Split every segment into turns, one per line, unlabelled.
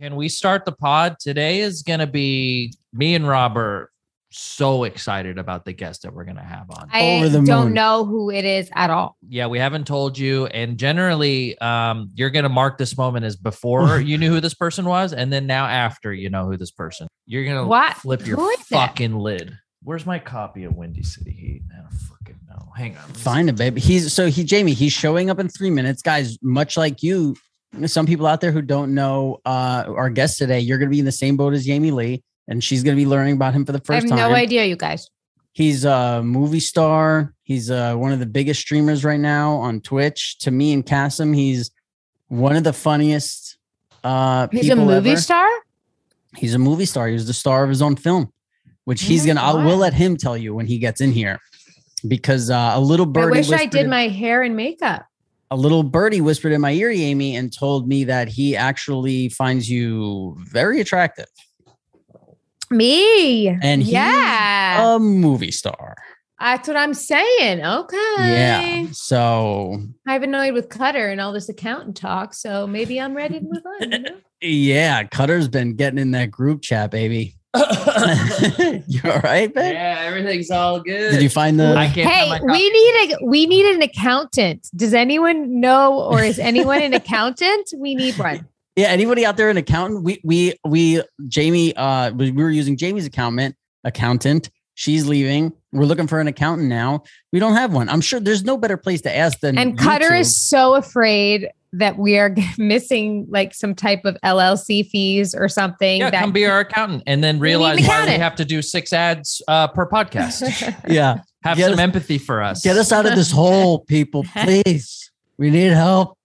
Can we start the pod? Today is going to be me and Robert so excited about the guest that we're going to have on.
I
Over the
don't
moon.
know who it is at all.
yeah, we haven't told you. And generally, um, you're going to mark this moment as before you knew who this person was. And then now after you know who this person, you're going
What?
to flip your
Who is it?
fucking lid. Where's my copy of Windy City Heat? I don't fucking know. Hang on.
Find it, babe. He's so he Jamie. He's showing up in three minutes, guys. Much like you, some people out there who don't know uh, our guest today, you're going to be in the same boat as Jamie Lee, and she's going to be learning about him for the
I have
first time.
no idea, you guys.
He's a movie star. He's uh, one of the biggest streamers right now on Twitch. To me and Cassim, he's one of the funniest. Uh,
He's a
people
movie
ever.
star.
He's a movie star. He was the star of his own film, which
Oh
he's
my
gonna. I'll,
God.
we'll let him tell you when he gets in here, because uh, a little
I
birdie.
wish I
whispered
did
in-
my hair and makeup.
a little birdie whispered in my ear, Amy, and told me that he actually finds you very attractive,
Me.
and Oh. he's
yeah,
a movie star.
that's what I'm saying. Okay.
Yeah. So
I've annoyed with Cutter and all this accountant talk, so maybe I'm ready to move on. you know?
yeah, Cutter's been getting in that group chat, baby. you all right, babe?
yeah, everything's all good.
Did you find the?
I can't find
Hey,
my copy.
we need a we need an accountant. Does anyone know or is anyone an accountant? We need one.
Yeah, anybody out there an accountant? We we we Jamie uh we we were using Jamie's accountant accountant. She's leaving. We're looking for an accountant now. We don't have one. I'm sure there's no better place to ask
Mm,
than
And Cutter
YouTube.
is so afraid that we are missing like some type of LLC fees or something.
yeah,
that
come be our accountant and then
We need an
realize why we
accountant.
have to do six ads uh, per podcast.
yeah.
Have
Get
some
us-
empathy for us.
Get us out of this hole, people, please. We need help.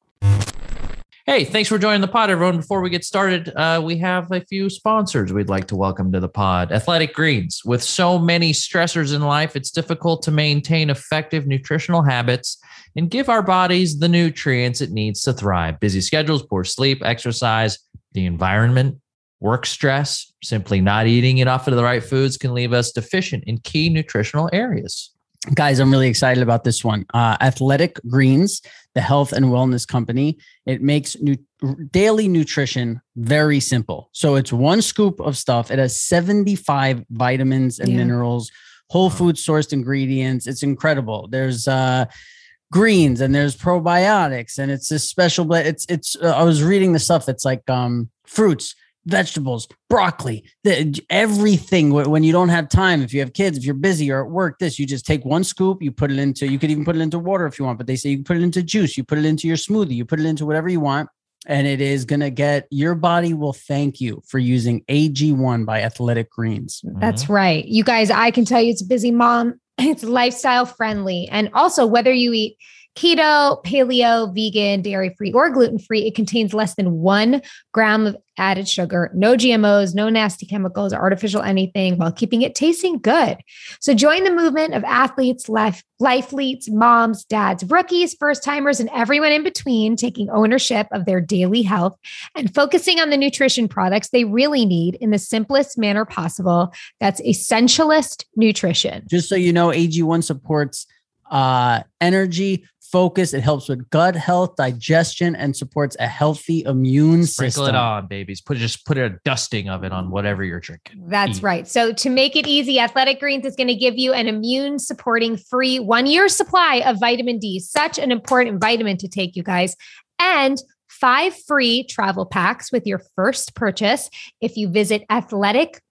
Hey, thanks for joining the pod, everyone. Before we get started, uh, we have a few sponsors we'd like to welcome to the pod. Athletic Greens. With so many stressors in life, it's difficult to maintain effective nutritional habits and give our bodies the nutrients it needs to thrive. Busy schedules, poor sleep, exercise, the environment, work stress, simply not eating enough of the right foods can leave us deficient in key nutritional areas.
Guys, I'm really excited about this one. Uh, Athletic Greens, the health and wellness company, it makes nu- daily nutrition very simple. So it's one scoop of stuff. It has 75 vitamins and
Yeah.
minerals, whole
Wow.
food sourced ingredients. It's incredible. There's uh, greens and there's probiotics and it's this special blend. It's it's. Uh, I was reading the stuff that's like um fruits, vegetables, broccoli, the, everything. Wh- When you don't have time, if you have kids, if you're busy or at work, this you just take one scoop. You put it into. You could even put it into water if you want, but they say you can put it into juice. You put it into your smoothie. You put it into whatever you want. And it is going to get your body will thank you for using AG1 by Athletic Greens.
That's right. You guys, I can tell you it's a busy mom. It's lifestyle friendly. And also, whether you eat keto, paleo, vegan, dairy free, or gluten free, it contains less than one gram of added sugar, no GMOs, no nasty chemicals, artificial anything, while keeping it tasting good. So join the movement of athletes, life, lifeleets, moms, dads, rookies, first timers, and everyone in between taking ownership of their daily health and focusing on the nutrition products they really need in the simplest manner possible. That's essentialist nutrition.
Just so you know, AG1 supports uh, energy, focus. It helps with gut health, digestion, and supports a healthy immune
Sprinkle
system.
it on, babies. Put just put a dusting of it on whatever you're drinking.
That's
Mm.
right. So to make it easy, Athletic Greens is going to give you an immune supporting free one year supply of vitamin D, such an important vitamin to take, you guys, and five free travel packs with your first purchase if you visit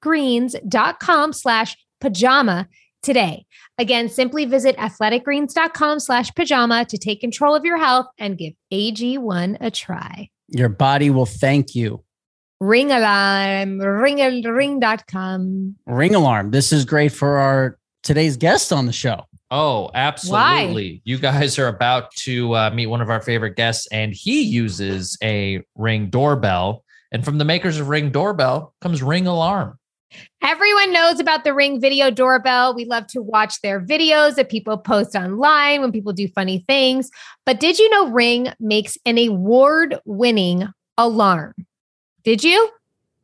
athleticgreens.com slash pajama today. Again, simply visit athleticgreens.com slash pajama to take control of your health and give AG1 a try.
Your body will thank you.
Ring alarm, ring ring.com.
Ring alarm. This is great for our today's guest on the show.
Oh, absolutely. You guys are about to uh, meet one of our favorite guests, and he uses a ring doorbell. And from the makers of Ring Doorbell comes Ring Alarm.
Everyone knows about the Ring video doorbell. We love to watch their videos that people post online when people do funny things. But did you know Ring makes an award winning alarm? Did you?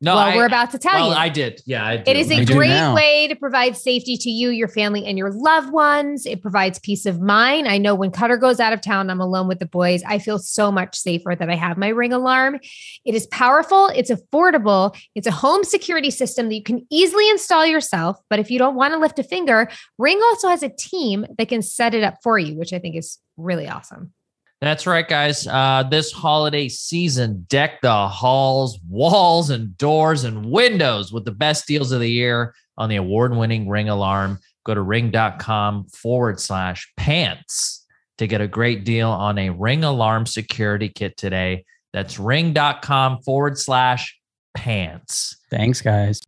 No,
well,
I,
we're about to tell
well,
you.
I did. Yeah, I did.
It is a
We do
great
now.
way to provide safety to you, your family, and your loved ones. It provides peace of mind. I know when Cutter goes out of town, I'm alone with the boys. I feel so much safer that I have my ring alarm. It is powerful, it's affordable, it's a home security system that you can easily install yourself. But if you don't want to lift a finger, Ring also has a team that can set it up for you, which I think is really awesome.
That's right, guys. Uh, this holiday season, deck the halls, walls, and doors and windows with the best deals of the year on the award winning Ring Alarm. Go to ring.com forward slash pants to get a great deal on a Ring Alarm security kit today. That's ring.com forward slash pants
Thanks, guys.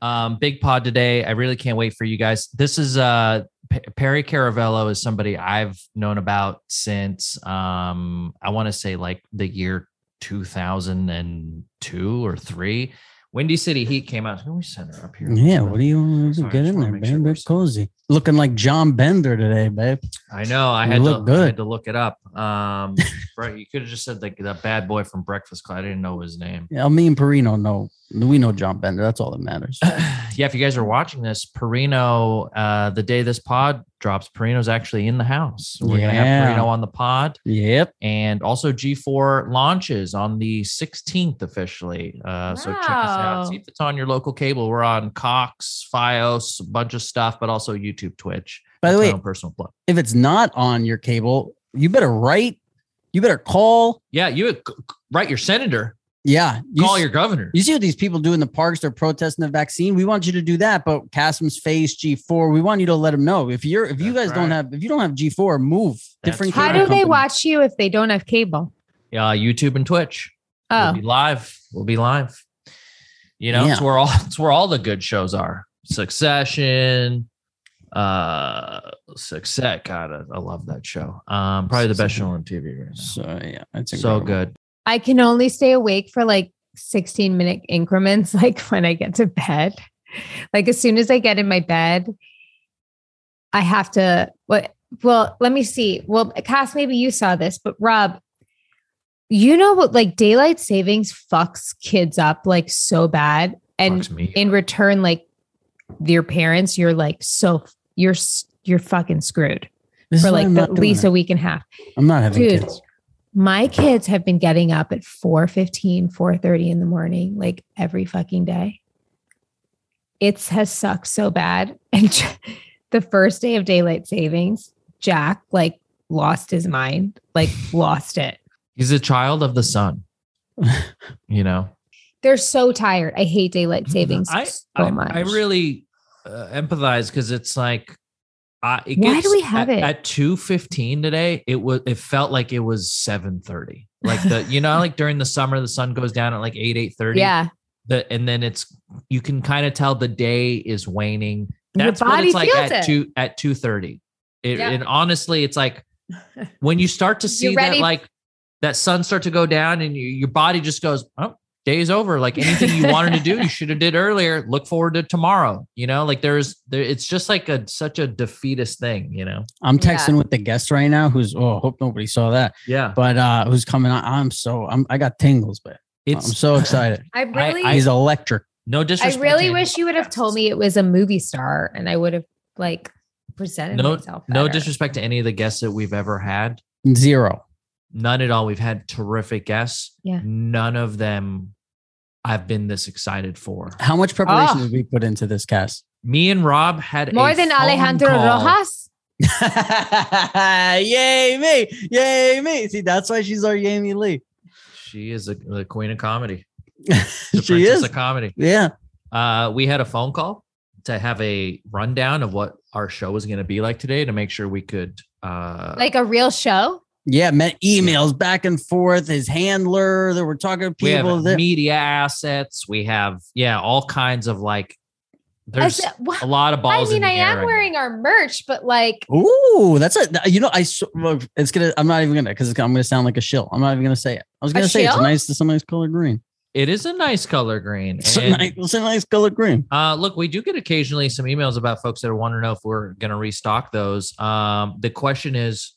um, big pod today. I really can't wait for you guys. This is uh, P- Perry Caravello is somebody I've known about since um, I want to say like the year 2002 or three. Windy City Heat came out. Who we sent her up here?
Yeah, what do you want to
Sorry,
get
just
in
wanna
there,
make
babe?
sure we're
We're cozy. Looking like John Bender today, babe.
I know. I
You
had,
look
to, I
good.
had to look it up. Um, right, you could have just said the, the bad boy from Breakfast Club. I didn't know his name.
Yeah, me and Perino know we know John Bender. That's all that matters.
yeah, if you guys are watching this, Perino, uh, the day this pod drops, Perino's actually in the house. We're gonna
Yeah.
have Perino on the pod,
yep.
and also G4 launches on the 16th officially. Uh, So check us
Wow.
out. See if it's on your local cable. We're on Cox, FiOS, a bunch of stuff, but also YouTube, Twitch.
By the
That's my
way,
own personal plug.
if it's not on your cable, you better write. You better call.
Yeah, you would c- c- write your senator,
Yeah. You
call
s-
your governor.
You see what these people do in the parks? They're protesting the vaccine. We want you to do that, but Casim's face G four. We want you to let them know if you're if you
That's
guys don't
right.
have if you don't have G four, move
That's
different.
right.
How do
cable
they
company.
watch you if they don't have cable?
uh, YouTube and Twitch.
Oh,
We'll be live. We'll be live. You know, it's
Yeah.
where all it's where all the good shows are. Succession, uh Success. God, I, I love that show. Um, probably the best show on TV right now.
So yeah, that's
So
incredible.
good.
I can only stay awake for like 16 minute increments, like when I get to bed. Like as soon as I get in my bed, I have to what well, let me see. Well, Cass, maybe you saw this, but Rob, you know what like daylight savings fucks kids up like so bad. And
Fucks me.
in return, like your parents, you're like so you're s- you're fucking screwed
This is
for
why
like
I'm
at
not doing
least
it.
a week and a half
I'm not having
dude
kids.
my kids have been getting up at 4 15 in the morning like every fucking day it's has sucked so bad and the first day of daylight savings jack like lost his mind like lost it
He's a child of the sun. you know,
they're so tired i hate daylight savings
Mm-hmm. I
so
I,
much
I really uh, empathize because it's like. I it
Why do
gets,
we have
at,
it?
at two fifteen today? It was it felt like it was seven thirty. Like the you know like during the summer the sun goes down at like eight eight thirty.
yeah
the and then it's you can kind of tell the day is waning.
Your
That's what
body
it's like
feels
at
it.
two at two thirty. It,
Yeah.
And honestly, it's like when you start to see that
ready-
like that sun start to go down and you, your body just goes, oh, day's over. Like anything you wanted to do, you should have did earlier. Look forward to tomorrow. You know, like there's there. It's just like a such a defeatist thing. You know.
I'm
Yeah.
texting with the guest right now. Who's oh, hope nobody saw that.
Yeah.
But uh, who's coming on? I'm so I'm I got tingles, but I'm
It's
so excited.
i really
I-
i,
He's electric.
no disrespect.
really
to
wish you would have told me it was a movie star and i would have like presented
No-
myself
No
better.
disrespect to any of the guests that we've ever had.
Zero.
None at all. We've had terrific guests.
Yeah.
None of them I've been this excited for.
How much preparation
Ah.
did we put into this cast?
Me and Rob had
more
a
than
phone
alejandro
call.
rojas
yay me, yay me. See, that's why she's our Yamie Lee.
She is a, the queen of comedy. The
she
princess
is.
of comedy.
yeah.
Uh, we had a phone call to have a rundown of what our show was going to be like today to make sure we could. Uh,
like a real show.
Yeah, met emails back and forth. His handler, that we're talking to
we
people.
have
That,
media assets. We have yeah, all kinds of like. There's
I, said- wha-
a lot of
I
balls. in
mean,
the
I
air
am
right now.
wearing our merch, but like,
Ooh, that's a you know I. s- well, It's gonna. I'm not even gonna because I'm gonna sound like a shill. I'm not even gonna say it. I was gonna say it's
shill?
nice to somebody's color green.
It is a nice color green.
It's a,
and-
nice, it's a nice color green.
Uh, look, we do get occasionally some emails about folks that are wanting to know if we're going to restock those. Um, the question is,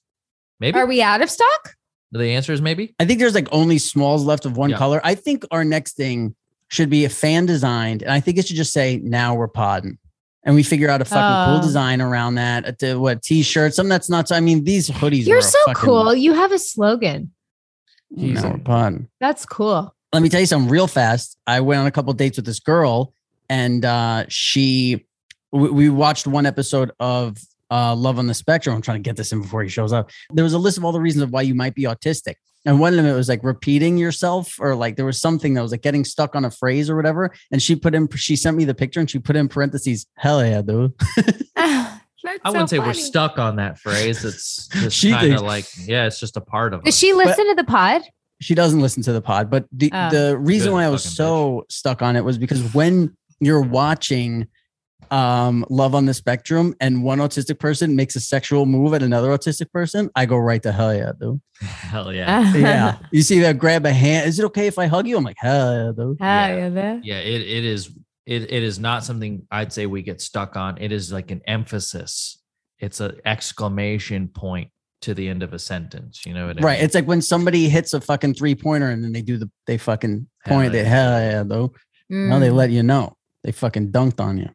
maybe
are we out of stock?
the answer is maybe.
I think there's like only smalls left of one
Yeah.
color. I think our next thing should be a fan designed, and I think it should just say now we're podding. And we figure out a fucking
Oh.
cool design around that. A t- what t-shirt? Something that's not. so- I mean, these hoodies.
You're
were a
so
fucking-
cool. You have a slogan.
Now we're podding.
That's cool.
let me tell you something real fast. I went on a couple dates with this girl, and uh, she, we, we watched one episode of uh, Love on the Spectrum. I'm trying to get this in before he shows up. There was a list of all the reasons of why you might be autistic, and one of them it was like repeating yourself, or like there was something that was like getting stuck on a phrase or whatever. And she put in, she sent me the picture, and she put in parentheses, "Hell yeah, dude."
That's
I wouldn't
so
say we're
funny.
stuck on that phrase. It's just
She
kind of
thinks-
like, yeah, it's just a part of
Does
us.
she listen to the pod?
she doesn't listen to the pod but the,
Oh.
the reason
Good
why i was
fucking
so stuck on it was because when you're watching um love on the spectrum and one autistic person makes a sexual move at another autistic person i go right to hell yeah dude
Hell yeah.
yeah you see that grab a hand is it okay if i hug you i'm like hell yeah dude
Ah,
Yeah.
yeah, that-
Yeah, it, it is it, it is not something I'd say we get stuck on. It is like an emphasis. It's an exclamation point to the end of a sentence. You know what I
right
mean?
it's like when somebody hits a fucking three pointer and then they do the they fucking
Hell
point
yeah.
they hell yeah dude now they
Mm,
let you know they fucking dunked on you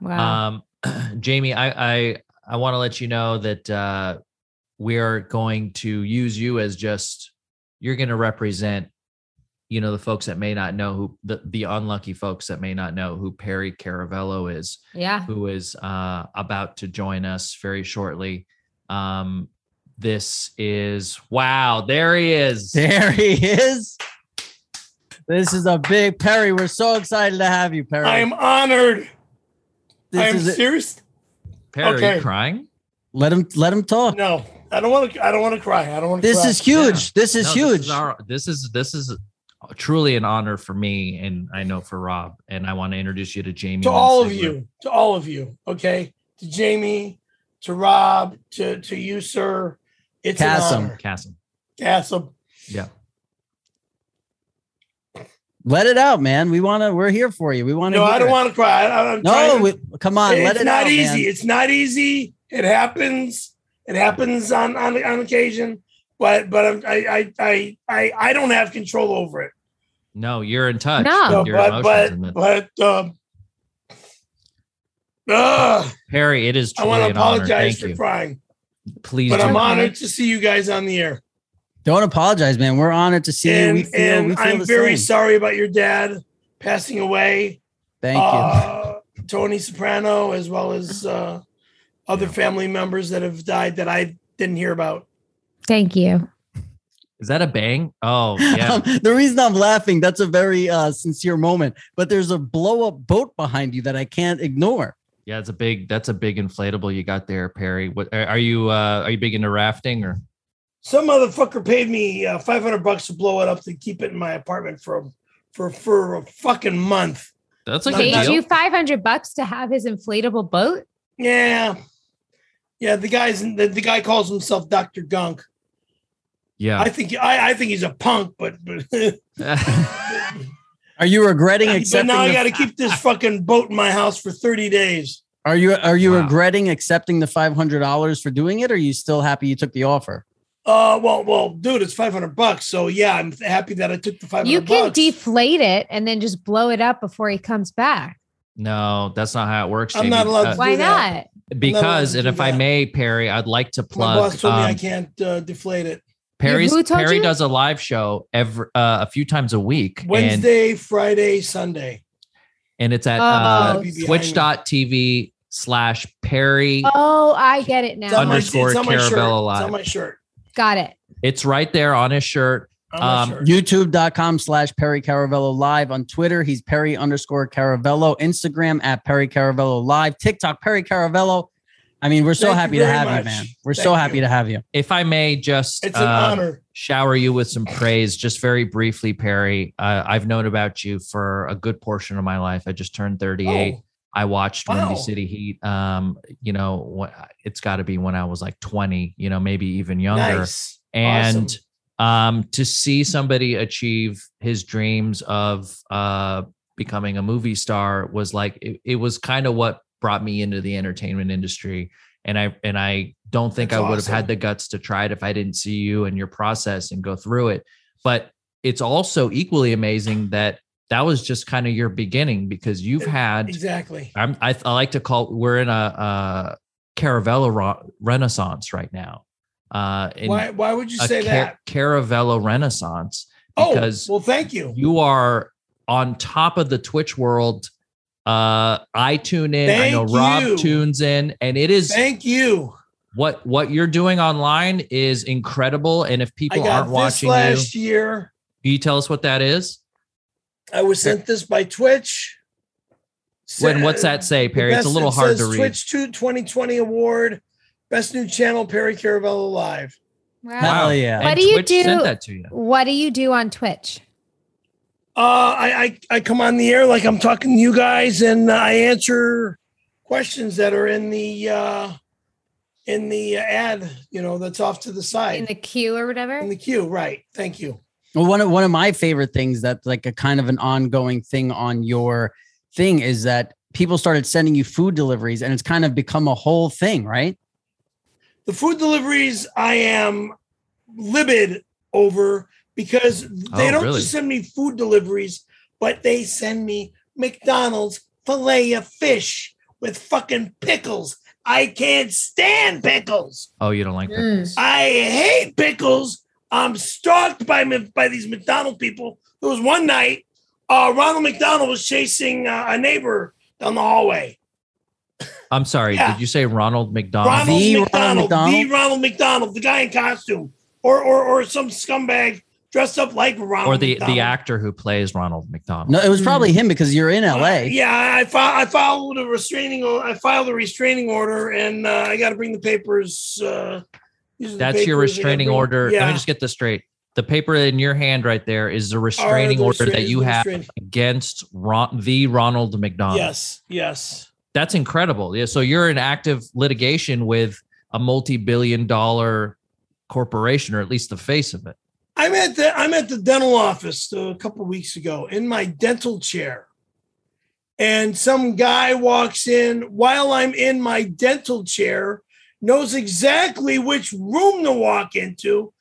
wow.
Um, Jamie, I I I want to let you know that uh, we are going to use you as just you're going to represent, you know, the folks that may not know who the the unlucky folks that may not know who Perry Caravello is.
yeah.
who is uh, about to join us very shortly. Um, this is wow, there he is.
There he is. This is a big Perry. We're so excited to have you, Perry.
I am honored.
this
I am
is it.
serious.
Perry
okay.
crying.
Let him let him talk.
No, I don't want to. I don't want to cry. I don't want to.
this
cry.
is huge. This is
No,
huge.
This is, our- this is this is truly an honor for me, and I know for Rob. And I want to introduce you to Jamie.
to all of
Lindsay.
you. To all of you. Okay. To Jamie, to Rob, to to you, sir. It's an
Cassim.
honor.
Cassim.
Cassim.
let it out, man. We want to. We're here for you. We want to.
No, I don't want to cry. I, I'm
No,
trying to-
we, come on. let
it's
it
not
out,
easy.
man.
It's not easy. It happens. It happens on on, on occasion. But but I'm, I, I I I I don't have control over it.
No, you're in touch.
No.
with your
but
emotions
but
and the-
but um. ah, Ugh.
Perry, it is
I
truly
want to
an honor.
apologize
Thank
for
you.
crying,
Please
but
do.
I'm
Okay.
honored to see you guys on the air.
Don't apologize, man. We're honored to see you. We
And,
feel. we
and
feel
I'm
the same.
very sorry about your dad passing away.
Thank
uh, Tony Soprano, as well as uh, other
Yeah.
family members that have died that I didn't hear about.
Thank you.
Is that a bang? Oh yeah.
Um, the reason I'm laughing, that's a very uh, sincere moment, but there's a blow up boat behind you that I can't ignore.
Yeah, it's a big. That's a big inflatable you got there, Perry. What are are you? Uh, are you big into rafting or?
Some motherfucker paid me uh, 500 bucks to blow it up to keep it in my apartment for a, for for a fucking month.
That's a
Like
good
Paid
deal.
you five hundred bucks to have his inflatable boat.
Yeah, yeah. The guy's the, the guy calls himself Doctor Gunk.
yeah.
I think I, I think he's a punk, but but
Are you regretting
but
accepting?
now I
the-
got to keep this fucking boat in my house for 30 days.
Are you are you
Wow.
regretting accepting the five hundred dollars for doing it? Or are you still happy you took the offer?
Uh, well, well, dude, it's 500 bucks. So yeah, I'm happy that I took the 500
You can
bucks.
deflate it and then just blow it up before he comes back.
no, that's not how it works.
I'm
Jamie. Uh,
not allowed to-
Why
do that.
not?
because,
allowed
and
to
if
do
I
that.
may, Perry, I'd like to
my
plug.
boss told me I
um,
can't uh, deflate it.
Perry's
Who told
Perry
you?
does a live show every uh, a few times a week, and
Wednesday, Friday, Sunday.
and it's at
Oh,
uh,
Gotta be behind me.
twitch.tv slash Perry.
Oh, I get it
It's on
now.
my-
underscore
it's on my shirt.
Caravelle
It's
Alive.
on my shirt.
Got it.
It's right there on his shirt.
On my
Um,
shirt.
YouTube.com slash Perry Caravello Live on Twitter. He's Perry underscore Caravello. Instagram at Perry Caravello Live. TikTok Perry Caravello. I mean, we're so
Thank you
happy to
very
have you,
much.
man. We're
Thank
so happy
you.
to have you.
If I may, just
It's an
uh,
honor.
shower you with some praise just very briefly perry uh, i've known about you for a good portion of my life i just turned 38
Oh,
i watched
wow.
windy city heat um you know what it's got to be when i was like 20 you know maybe even younger
nice.
and
Awesome.
um to see somebody achieve his dreams of uh becoming a movie star was like it, it was kind of what brought me into the entertainment industry and i and i don't think
That's
i would have
awesome.
had the guts to try it if i didn't see you and your process and go through it but it's also equally amazing that that was just kind of your beginning because you've had
Exactly.
I'm, I, I like to call we're in a, a Caravella ro- renaissance right now. Uh, in
Why why would you
a
say
Ca-
that?
Caravella renaissance
Oh,
because
well, thank you.
you are on top of the Twitch world. Uh, I tune in. I know
Thank
Rob
you.
tunes in, and it is
Thank you.
what what you're doing online is incredible. And if
I
people
got
aren't
this
watching you,
last year.
can you tell us what that is?
I was sent this by Twitch.
When what's that say, Perry? It's a
Best-
little
it
hard to
says
read.
Twitch 2 2020 Award, Best New Channel, Perry Caravella Live.
Wow.
Wow.
Hell yeah.
And
do you
Twitch Sent
do-
that to you.
What do you do on Twitch?
Uh, I, I I come on the air like I'm talking to you guys, and I answer questions that are in the uh, in the ad. You know, that's off to the
In
side
the queue or whatever?
in the queue. Right. Thank you.
Well, one of one of my favorite things that's like a kind of an ongoing thing on your thing is that people started sending you food deliveries and it's kind of become a whole thing, right?
the food deliveries I am livid over because they
Oh,
don't
really?
just send me food deliveries, but they send me McDonald's filet of fish with fucking pickles. I can't stand pickles.
Oh, you don't like that.
Mm.
I hate pickles. I'm stalked by m- by these McDonald people. There was one night uh, Ronald McDonald was chasing uh, a neighbor down the hallway.
I'm sorry.
Yeah.
Did you say Ronald McDonald?
Ronald
The Ronald
McDonald,
McDonald?
the Ronald McDonald, the guy in costume, or or or some scumbag dressed up like Ronald
or the
McDonald.
the actor who plays Ronald McDonald.
No, it was probably him because you're in
Uh,
LA.
yeah, I, I fi- I filed a restraining. o- I filed a restraining order, and uh, I got to bring the papers. Uh, these are
That's your
the papers I gotta
restraining
bring.
order. Let
Yeah,
me just get this straight. The paper in your hand right there is the restraining
Or the
order that
restraining-
you
the
have
restraining-
against Ron, the Ronald McDonald.
Yes, yes.
That's incredible. Yeah, so you're in active litigation with a multi-billion dollar corporation or at least the face of it.
I'm at the I'm at the dental office uh, a couple weeks ago in my dental chair, and some guy walks in while I'm in my dental chair, knows exactly which room to walk into,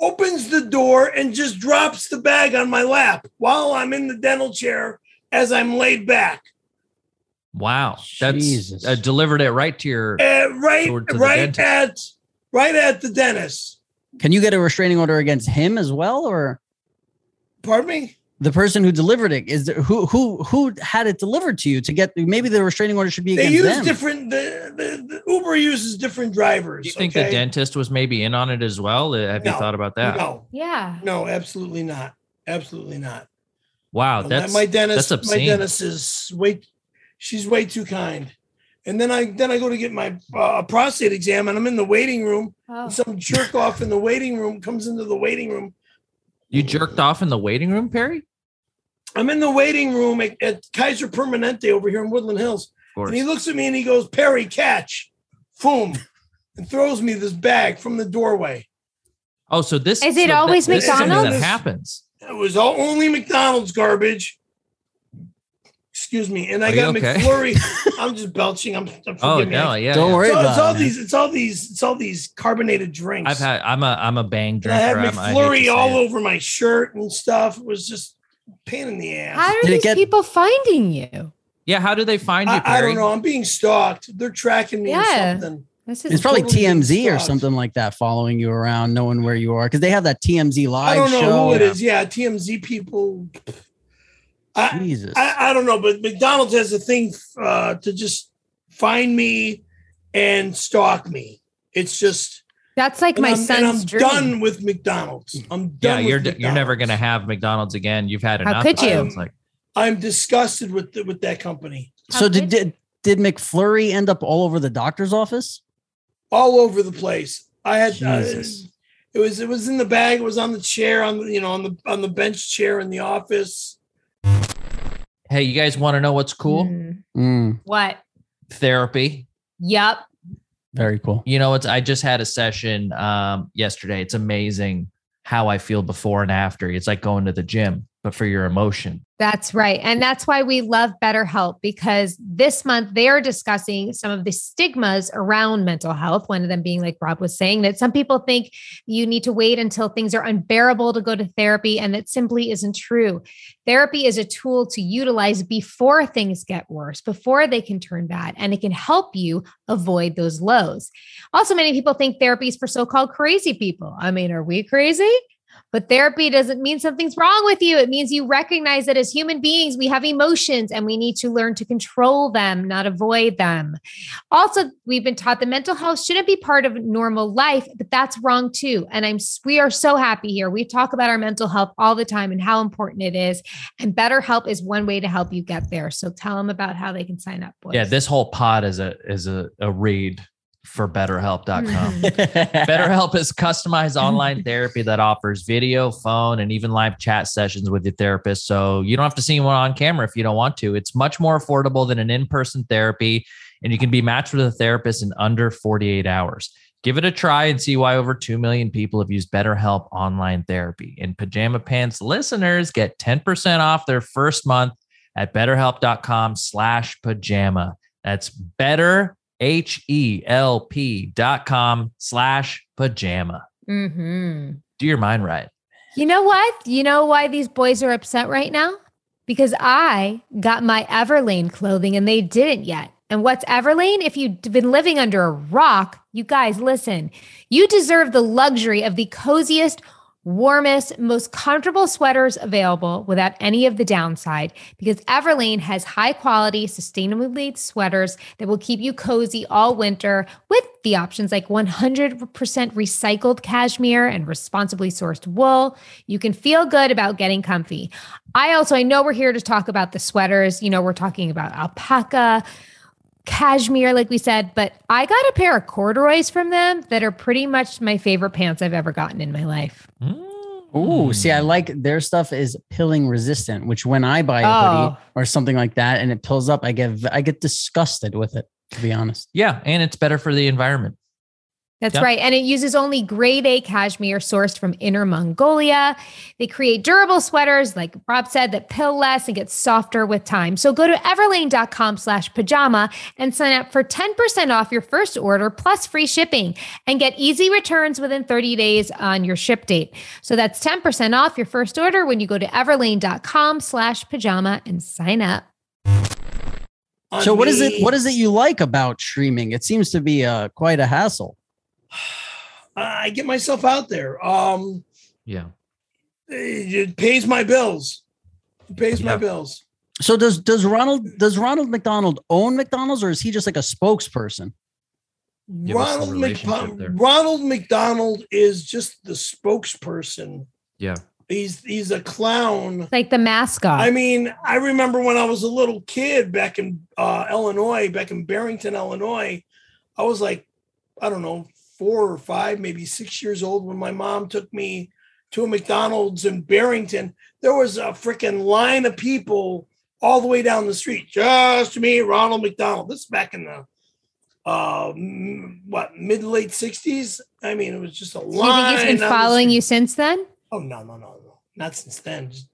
opens the door and just drops the bag on my lap while I'm in the dental chair as I'm laid back,
Wow. That's
Jesus.
uh, delivered it right to your
Uh, right
Toward- to the
right
dentist.
at right at the dentist.
Can you get a restraining order against him as well or
Pardon me.
the person who delivered it is there, who who who had it delivered to you to get maybe the restraining order should be
They
against
use
them.
different. The, the, the Uber uses different drivers.
Do you think
okay?
the dentist was maybe in on it as well? Uh, Have you
No.
thought about that?
No,
Yeah.
no, absolutely not. Absolutely not.
Wow,
No, my-
Oh, that's
my dentist.
that's
my
obscene.
dentist is way, she's way too kind. And then I then I go to get my uh, prostate exam, and I'm in the waiting room.
Oh.
And some jerk off in the waiting room comes into the waiting room.
you jerked off in the waiting room, Perry? Of
I'm in the waiting room at, at Kaiser Permanente over here in Woodland Hills,
course.
and he looks at me and he goes, "Perry, catch!" Boom, and throws me this bag from the doorway.
Oh, so this
Is it
so
always
this is something
McDonald's?
that happens.
It was all only McDonald's garbage. Excuse me, and I
Are you
got
okay?
McFlurry. I'm just belching. I'm, I'm
Oh
forgive me.
no, yeah.
Don't
yeah.
worry
It's all,
about
it's all
it.
these. It's all these. It's all these carbonated drinks.
I've had I'm a I'm a bang
And
drinker.
I had
I'm- I hate to say
McFlurry all
it.
over my shirt and stuff. It was just a pain in the ass.
How are
Did it
these
get-
people finding you?
Yeah, how do they find you,
I, I
Perry?
don't know. I'm being stalked. They're tracking me
Yeah.
or something.
This
It's
is
probably
totally
TMZ or
sucked.
something like that following you around, knowing where you are because they have that TMZ live
I don't know
show.
who it is. Yeah, TMZ people. I,
Jesus.
I, I don't know, but McDonald's has a thing uh, to just find me and stalk me. It's just
that's like
and
my
I'm, and
son's
I'm
dream.
done with McDonald's. I'm
yeah,
done.
you're
with
d- you're never
McDonald's.
gonna have McDonald's again. You've had
How
enough.
could
it
you?
sounds Like,
I'm disgusted with the, with that company
so did,
How could-
did did McFlurry end up all over the doctor's office?
all over the place. I had uh,
Jesus.
it was it was in the bag. It was on the chair on the you know on the on the bench chair in the office.
hey, you guys want to know what's cool?
Mm.
Mm,
What?
Therapy.
Yup.
very cool.
You know, it's I just had a session um yesterday. It's amazing how I feel before and after. It's like going to the gym. but for your emotion.
That's right. And that's why we love BetterHelp because this month they are discussing some of the stigmas around mental health. One of them being, like Rob was saying, that some people think you need to wait until things are unbearable to go to therapy, and that simply isn't true. Therapy is a tool to utilize before things get worse, before they can turn bad, and it can help you avoid those lows. Also, many people think therapy is for so called crazy people. I mean, are we crazy? But therapy doesn't mean something's wrong with you. It means you recognize that as human beings, we have emotions and we need to learn to control them, not avoid them. Also, we've been taught that mental health shouldn't be part of normal life, but that's wrong too. And I'm we are so happy here. We talk about our mental health all the time and how important it is. And BetterHelp is one way to help you get there. So tell them about how they can sign up. Boys.
Yeah, this whole pod is a is a, a read for betterhelp.com.
Hmm.
BetterHelp is customized online therapy that offers video, phone, and even live chat sessions with your therapist. So you don't have to see one on camera if you don't want to. It's much more affordable than an in person therapy, and you can be matched with a therapist in under 48 hours. Give it a try and see why over 2 million people have used BetterHelp online therapy. And Pajama Pants listeners get 10% off their first month at betterhelp.com slash pajama. That's better H-E-L-P dot com slash pajama.
Mm-hmm.
Do your mind right.
You know what? You know why these boys are upset right now? Because I got my Everlane clothing and they didn't yet. And what's Everlane? If you've been living under a rock, you guys listen, you deserve the luxury of the coziest warmest, most comfortable sweaters available without any of the downside because Everlane has high quality, sustainably made sweaters that will keep you cozy all winter with the options like 100% recycled cashmere and responsibly sourced wool. You can feel good about getting comfy. I also, I know we're here to talk about the sweaters. You know, we're talking about alpaca cashmere, like we said, but I got a pair of corduroys from them that are pretty much my favorite pants I've ever gotten in my life.
Ooh, see,
Mm.
Hmm.
I like their stuff is pilling resistant, which when I buy a hoodie
Oh.
or something like that and it pills up, I get I get disgusted with it, to be honest.
Yeah, and it's better for the environment.
That's
Yeah.
right. And it uses only grade A cashmere sourced from inner Mongolia. They create durable sweaters, like Rob said, that pill less and get softer with time. So go to everlane.com slash pajama and sign up for 10% off your first order plus free shipping and get easy returns within 30 days on your ship date. So that's 10% off your first order when you go to everlane.com slash pajama and sign up.
On
So what is it
me,
what is it you like about streaming? It seems to be uh quite a hassle.
I get myself out there. Um,
Yeah.
it pays my bills. It pays my
Yeah.
bills.
So does does Ronald does Ronald McDonald own McDonald's or is he just like a spokesperson?
Give us the
Ronald,
relationship there.
McDonald. Ronald McDonald is just the spokesperson.
Yeah.
He's he's a clown.
It's like the mascot.
I mean, I remember when I was a little kid back in uh, Illinois, back in Barrington, Illinois. I was like, I don't know, four or five, maybe six years old when my mom took me to a McDonald's in Barrington. There was a freaking line of people all the way down the street just me, Ronald McDonald. This is back in the uh, m- what mid to late '60s. I mean, it was just a
Do you
line.
think he's been
down the
following
street.
you since then?
Oh no, no, no, no, not since then. Just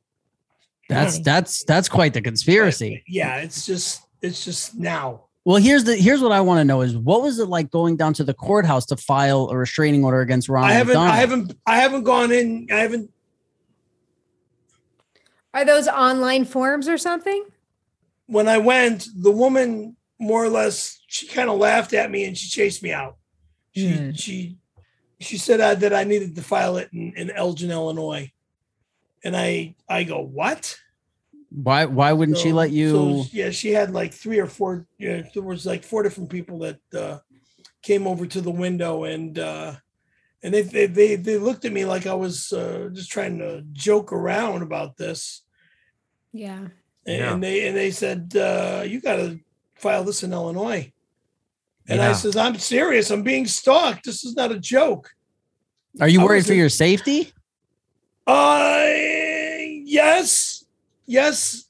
That's
Yeah.
that's that's quite the conspiracy.
yeah, it's just it's just now.
Well, here's the here's what I want to know is what was it like going down to the courthouse to file a restraining order against Ronald
I haven't
McDonald?
I haven't I haven't gone in. I haven't.
Are those online forms or something?
When I went, the woman more or less she kind of laughed at me and she chased me out. She
Hmm.
she she said I, that I needed to file it in, in Elgin, Illinois, and I I go what?
Why why wouldn't she
So-
let you?
so, yeah, she had like three or four. Yeah, there was like four different people that uh, came over to the window and uh, and they, they they they looked at me like I was uh, just trying to joke around about this,
Yeah.
and,
Yeah.
they and they said uh, you got to file this in Illinois, and I
Yeah.
says I'm serious. I'm being stalked. This is not a joke.
Are you
I
worried
was
for
in-
your safety?
Uh, yes, yes.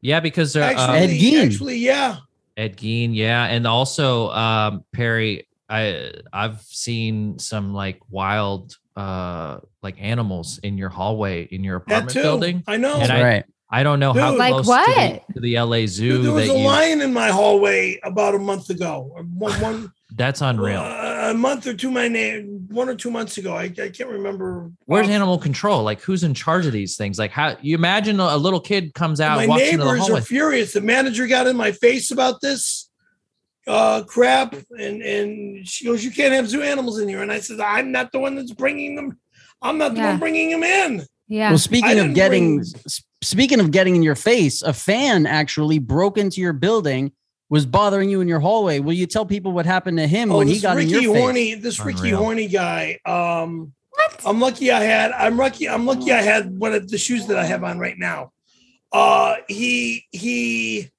Yeah, because they're
Actually,
uh,
Ed Gein.
actually, yeah.
Ed Gein, yeah, and also um, Perry. I I've seen some like wild uh like animals in your hallway in your
That
apartment
too.
building.
I know.
And
That's
I-
right.
I don't know how
Dude.
Like
close To,
what?
the, to the LA Zoo
Dude, there was
that
a
you,
lion in my hallway about a month ago. or One, one
that's unreal.
uh, a month or two, my name, one or two months ago. I, I can't remember.
Where's
Uh,
animal control? Like who's in charge of these things? Like how you imagine a a little kid comes out,
My
walks into the
neighbors
hallway.
are furious. The manager got in my face about this uh, crap, and and she goes, "You can't have zoo animals in here." And I said, "I'm not the one that's bringing them. I'm not the
Yeah.
one bringing them in."
Yeah.
Well,
I
speaking of
didn't
getting,
bring-
s- speaking of getting in your face, a fan actually broke into your building, was bothering you in your hallway. Will you tell people what happened to him
Oh,
when he
this
got in
Ricky
your face?
Horny, this Ricky
Unreal.
Horny guy. Um,
What?
I'm lucky I had. I'm lucky. I'm lucky I had one of the shoes that I have on right now. Uh, he he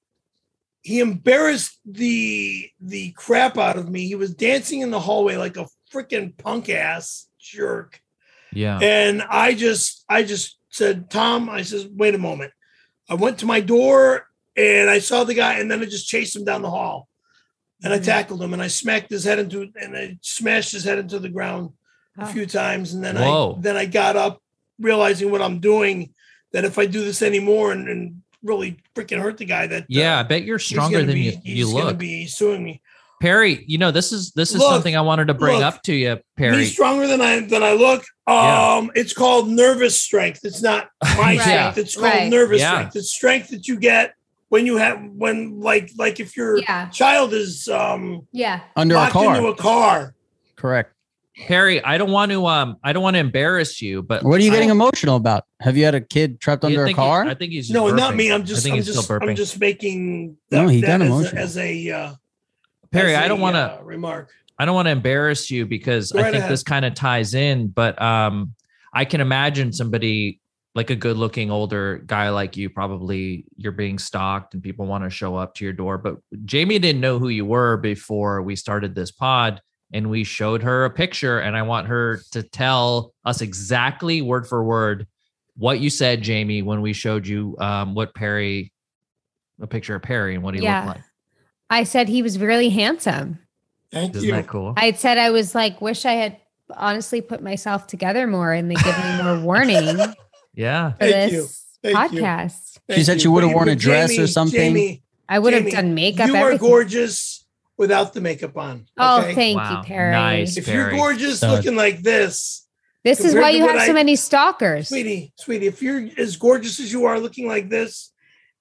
he embarrassed the the crap out of me. He was dancing in the hallway like a freaking punk ass jerk,
yeah.
and I just I just said, Tom. I says, wait a moment. I went to my door and I saw the guy, and then I just chased him down the hall and
Mm-hmm.
I tackled him and I smacked his head into and I smashed his head into the ground a
Oh.
few times and then
Whoa.
I then I got up realizing what I'm doing that if I do this anymore and, and really freaking hurt the guy that uh,
Yeah, I bet you're
he's
stronger
gonna
than
be-
you, you
he's gonna
look.
be suing me
Perry, you know, this is this is
Look,
something I wanted to bring
look.
up to you,
He's
Perry.
stronger than I than I look um
Yeah.
it's called nervous strength it's not my
Right,
strength it's called
right.
nervous
Yeah.
strength it's strength that you get when you have when like like if your
Yeah.
child is um
Yeah.
Under a
locked
car.
into a car
Correct.
Perry, I don't want to um I don't want to embarrass you, but
What are you
I-
getting emotional about? Have you had a kid trapped
I
under a
think
car?
He, I think he's just
No, not
burping.
me. I'm just,
I think
I'm
he's
just,
still burping.
I'm just making
No, he got
as a-
emotional.
as a uh,
Perry,
as
I
a,
don't want to
uh, remark.
I don't want to embarrass you because
Go
I
right
think
ahead.
this kind of ties in, but um, I can imagine somebody like a good looking older guy like you probably you're being stalked and people want to show up to your door. But Jamie didn't know who you were before we started this pod and we showed her a picture. And I want her to tell us exactly word for word what you said, Jamie, when we showed you um, what Perry, a picture of Perry and what he
Yeah.
looked like.
I said he was really handsome.
Thank
Isn't
you.
that cool?
I had said I was like, wish I had honestly put myself together more and they give me more warning for
yeah.
Thank
this
you. Thank you.
podcast.
Thank
said you would've
But-
worn a
but
dress or
Jamie-
something.
Jamie,
I would have
Jamie,
done
you
makeup.
are
everything.
gorgeous without the makeup on.
Oh,
okay?
thank
Wow,
you, Perry.
nice.
If
Perry.
you're gorgeous
Uh,
looking like this,
This is
Compared
why
to
you
what
have so
I-
many stalkers.
sweetie, sweetie, if you're as gorgeous as you are looking like this,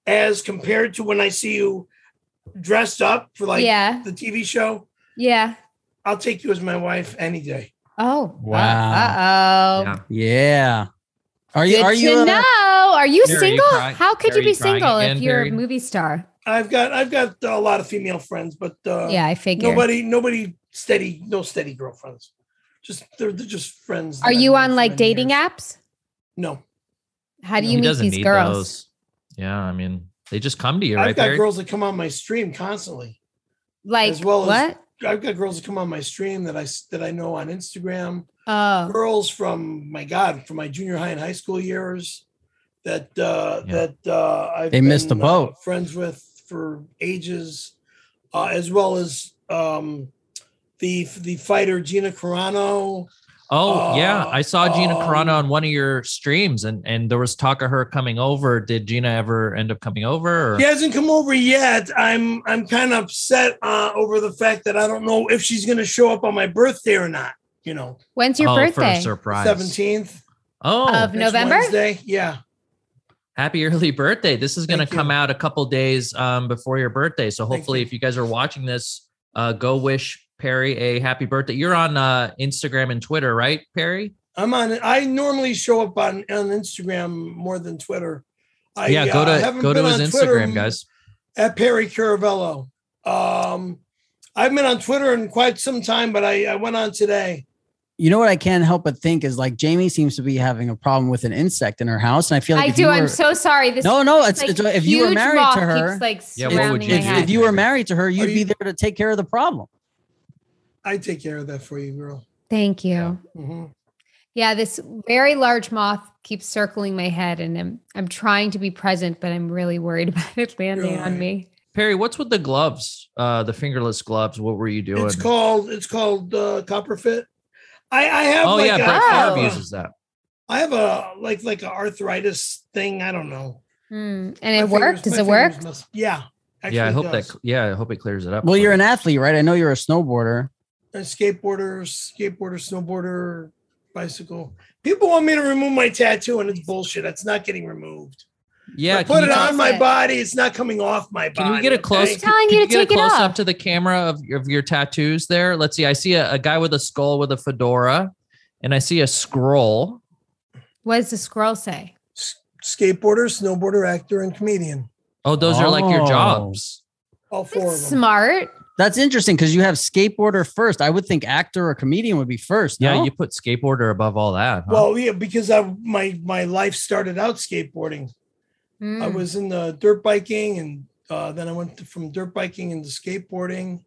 as compared to when I see you dressed up for like
yeah.
the TV show,
Yeah.
I'll take you as my wife any day.
Oh.
Wow.
Uh oh.
Yeah.
yeah. Are you?
Good
are you?
to
uh,
know. Are you
Perry, are you
single?
crying-
How could
Perry,
you
you
be
crying
single
again,
if you're
Perry?
a movie star?
I've got I've got a lot of female friends, but uh,
yeah, I figured.
nobody nobody steady no steady girlfriends. Just they're, they're just friends.
Are you on like dating
apps?
apps?
No,
How do
He
you meet
doesn't
these
need
girls?
those. Yeah, I mean, they just come to you,
I've
right,
got
Barry?
girls that come on my stream constantly.
Like
as well as-
what?
I've got girls that come on my stream that I s- that I know on Instagram.
oh.
Girls from my God, from my junior high and high school years, that uh,
Yeah.
that uh, I've
They missed the
been, uh,
boat.
friends with for ages, uh, as well as um, the the fighter Gina Carano.
Oh, yeah. I saw Gina
Uh,
Carano
um,
on one of your streams and and there was talk of her coming over. Did Gina ever end up coming over? Or?
She hasn't come over yet. I'm I'm kind of upset uh, over the fact that I don't know if she's going to show up on my birthday or not. You know,
When's your
oh, for
birthday?
a surprise.
seventeenth
Oh,
Of November?
Wednesday. Yeah,
happy early birthday. This is going to
Thank you.
come out a couple days um, before your birthday. So
Thank
hopefully
you.
if you guys are watching this, uh, go wish Perry a happy birthday. You're on uh, Instagram and Twitter, right, Perry?
I'm on. I normally show up on on Instagram more than Twitter. I,
yeah, go
uh,
to
haven't
go to
been
his
on Twitter
Instagram, guys.
At Perry Caravello. Um, I've been on Twitter in quite some time, but I, I went on today.
You know what I can't help but think is like Jamie seems to be having a problem with an insect in her house, and I feel like
I
if you
do. I'm
were-
so sorry. This
no, no. It's,
like,
it's if you were
huge
married
moth
to her,
keeps, like
Yeah,
if,
what would
surrounding
you
my
if-
do?
head.
if you were married to her, you'd
you-
be there to take care of the problem.
I take care of that for you, girl.
Thank you.
Yeah.
Yeah.
Mhm.
this very large moth keeps circling my head, and I'm I'm trying to be present, but I'm really worried about it landing
Really?
on me.
Perry, what's with the gloves? Uh, the fingerless gloves. What were you doing?
It's called it's called uh, Copperfit. I, I have
Oh
like
yeah,
a-
Brett
Wow.
Favre uses that.
I have a like like an arthritis thing. I don't know.
Hmm. And
My
it worked.
fingers-
Does
my
it work?
fingers must-
yeah,
yeah.
I
actually
hope
does.
that. Yeah, I hope it clears it up.
Well,
for
you're an
you.
athlete, right? I know you're a snowboarder.
And skateboarder, skateboarder, snowboarder, bicycle. People want me to remove my tattoo, and it's bullshit. It's not getting removed.
yeah.
I put
can
it
you
on
talk-
my
That's it.
body. It's not coming off my body.
Can you get a
okay?
close?
I'm telling
can
you to
get a
take it
close up
off.
to the camera of your, of your tattoos there. Let's see. I see a, a guy with a skull with a fedora, and I see a scroll.
What does the scroll say?
Skateboarder, snowboarder, actor, and comedian.
Oh, those are like your
Oh.
jobs.
All four
That's
of them.
smart.
That's interesting because you have skateboarder first. I would think actor or comedian would be first.
Yeah,
no?
you put skateboarder above all that. huh?
Well, yeah, because I my my life started out skateboarding.
Hmm.
Mm.
I was in the dirt biking, and uh, then I went to, from dirt biking into skateboarding.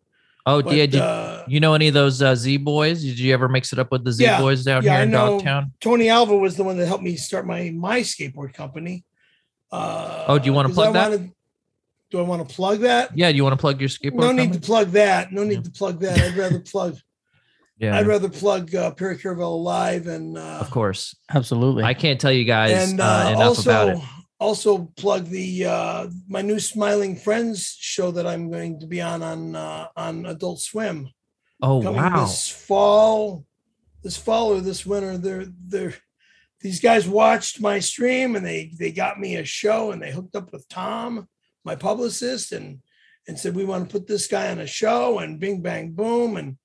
oh,
But,
yeah, did
uh,
you know any of those uh, Z boys? Did you ever mix it up with the Z
Yeah,
boys down
yeah,
here
I
in
know.
Dogtown?
Tony Alva was the one that helped me start my my skateboard company. Uh,
Oh, do you wanna
'cause
plug
I
that?
wanted- do I want to plug that?
Yeah, you want to plug your skateboard?
no need
company?
to plug that. No need
Yeah.
to plug that. I'd rather plug.
yeah,
I'd rather plug uh, Perry Caravelle live and uh,
of course.
absolutely.
I can't tell you guys
and
uh,
uh,
enough
also
about it.
also plug the uh, my new Smiling Friends show that I'm going to be on on uh, on Adult Swim.
Oh
coming
wow,
this fall, this fall or this winter. They're they're these guys watched my stream and they they got me a show and they hooked up with Tom, my publicist, and and said we want to put this guy on a show and Bing Bang Boom and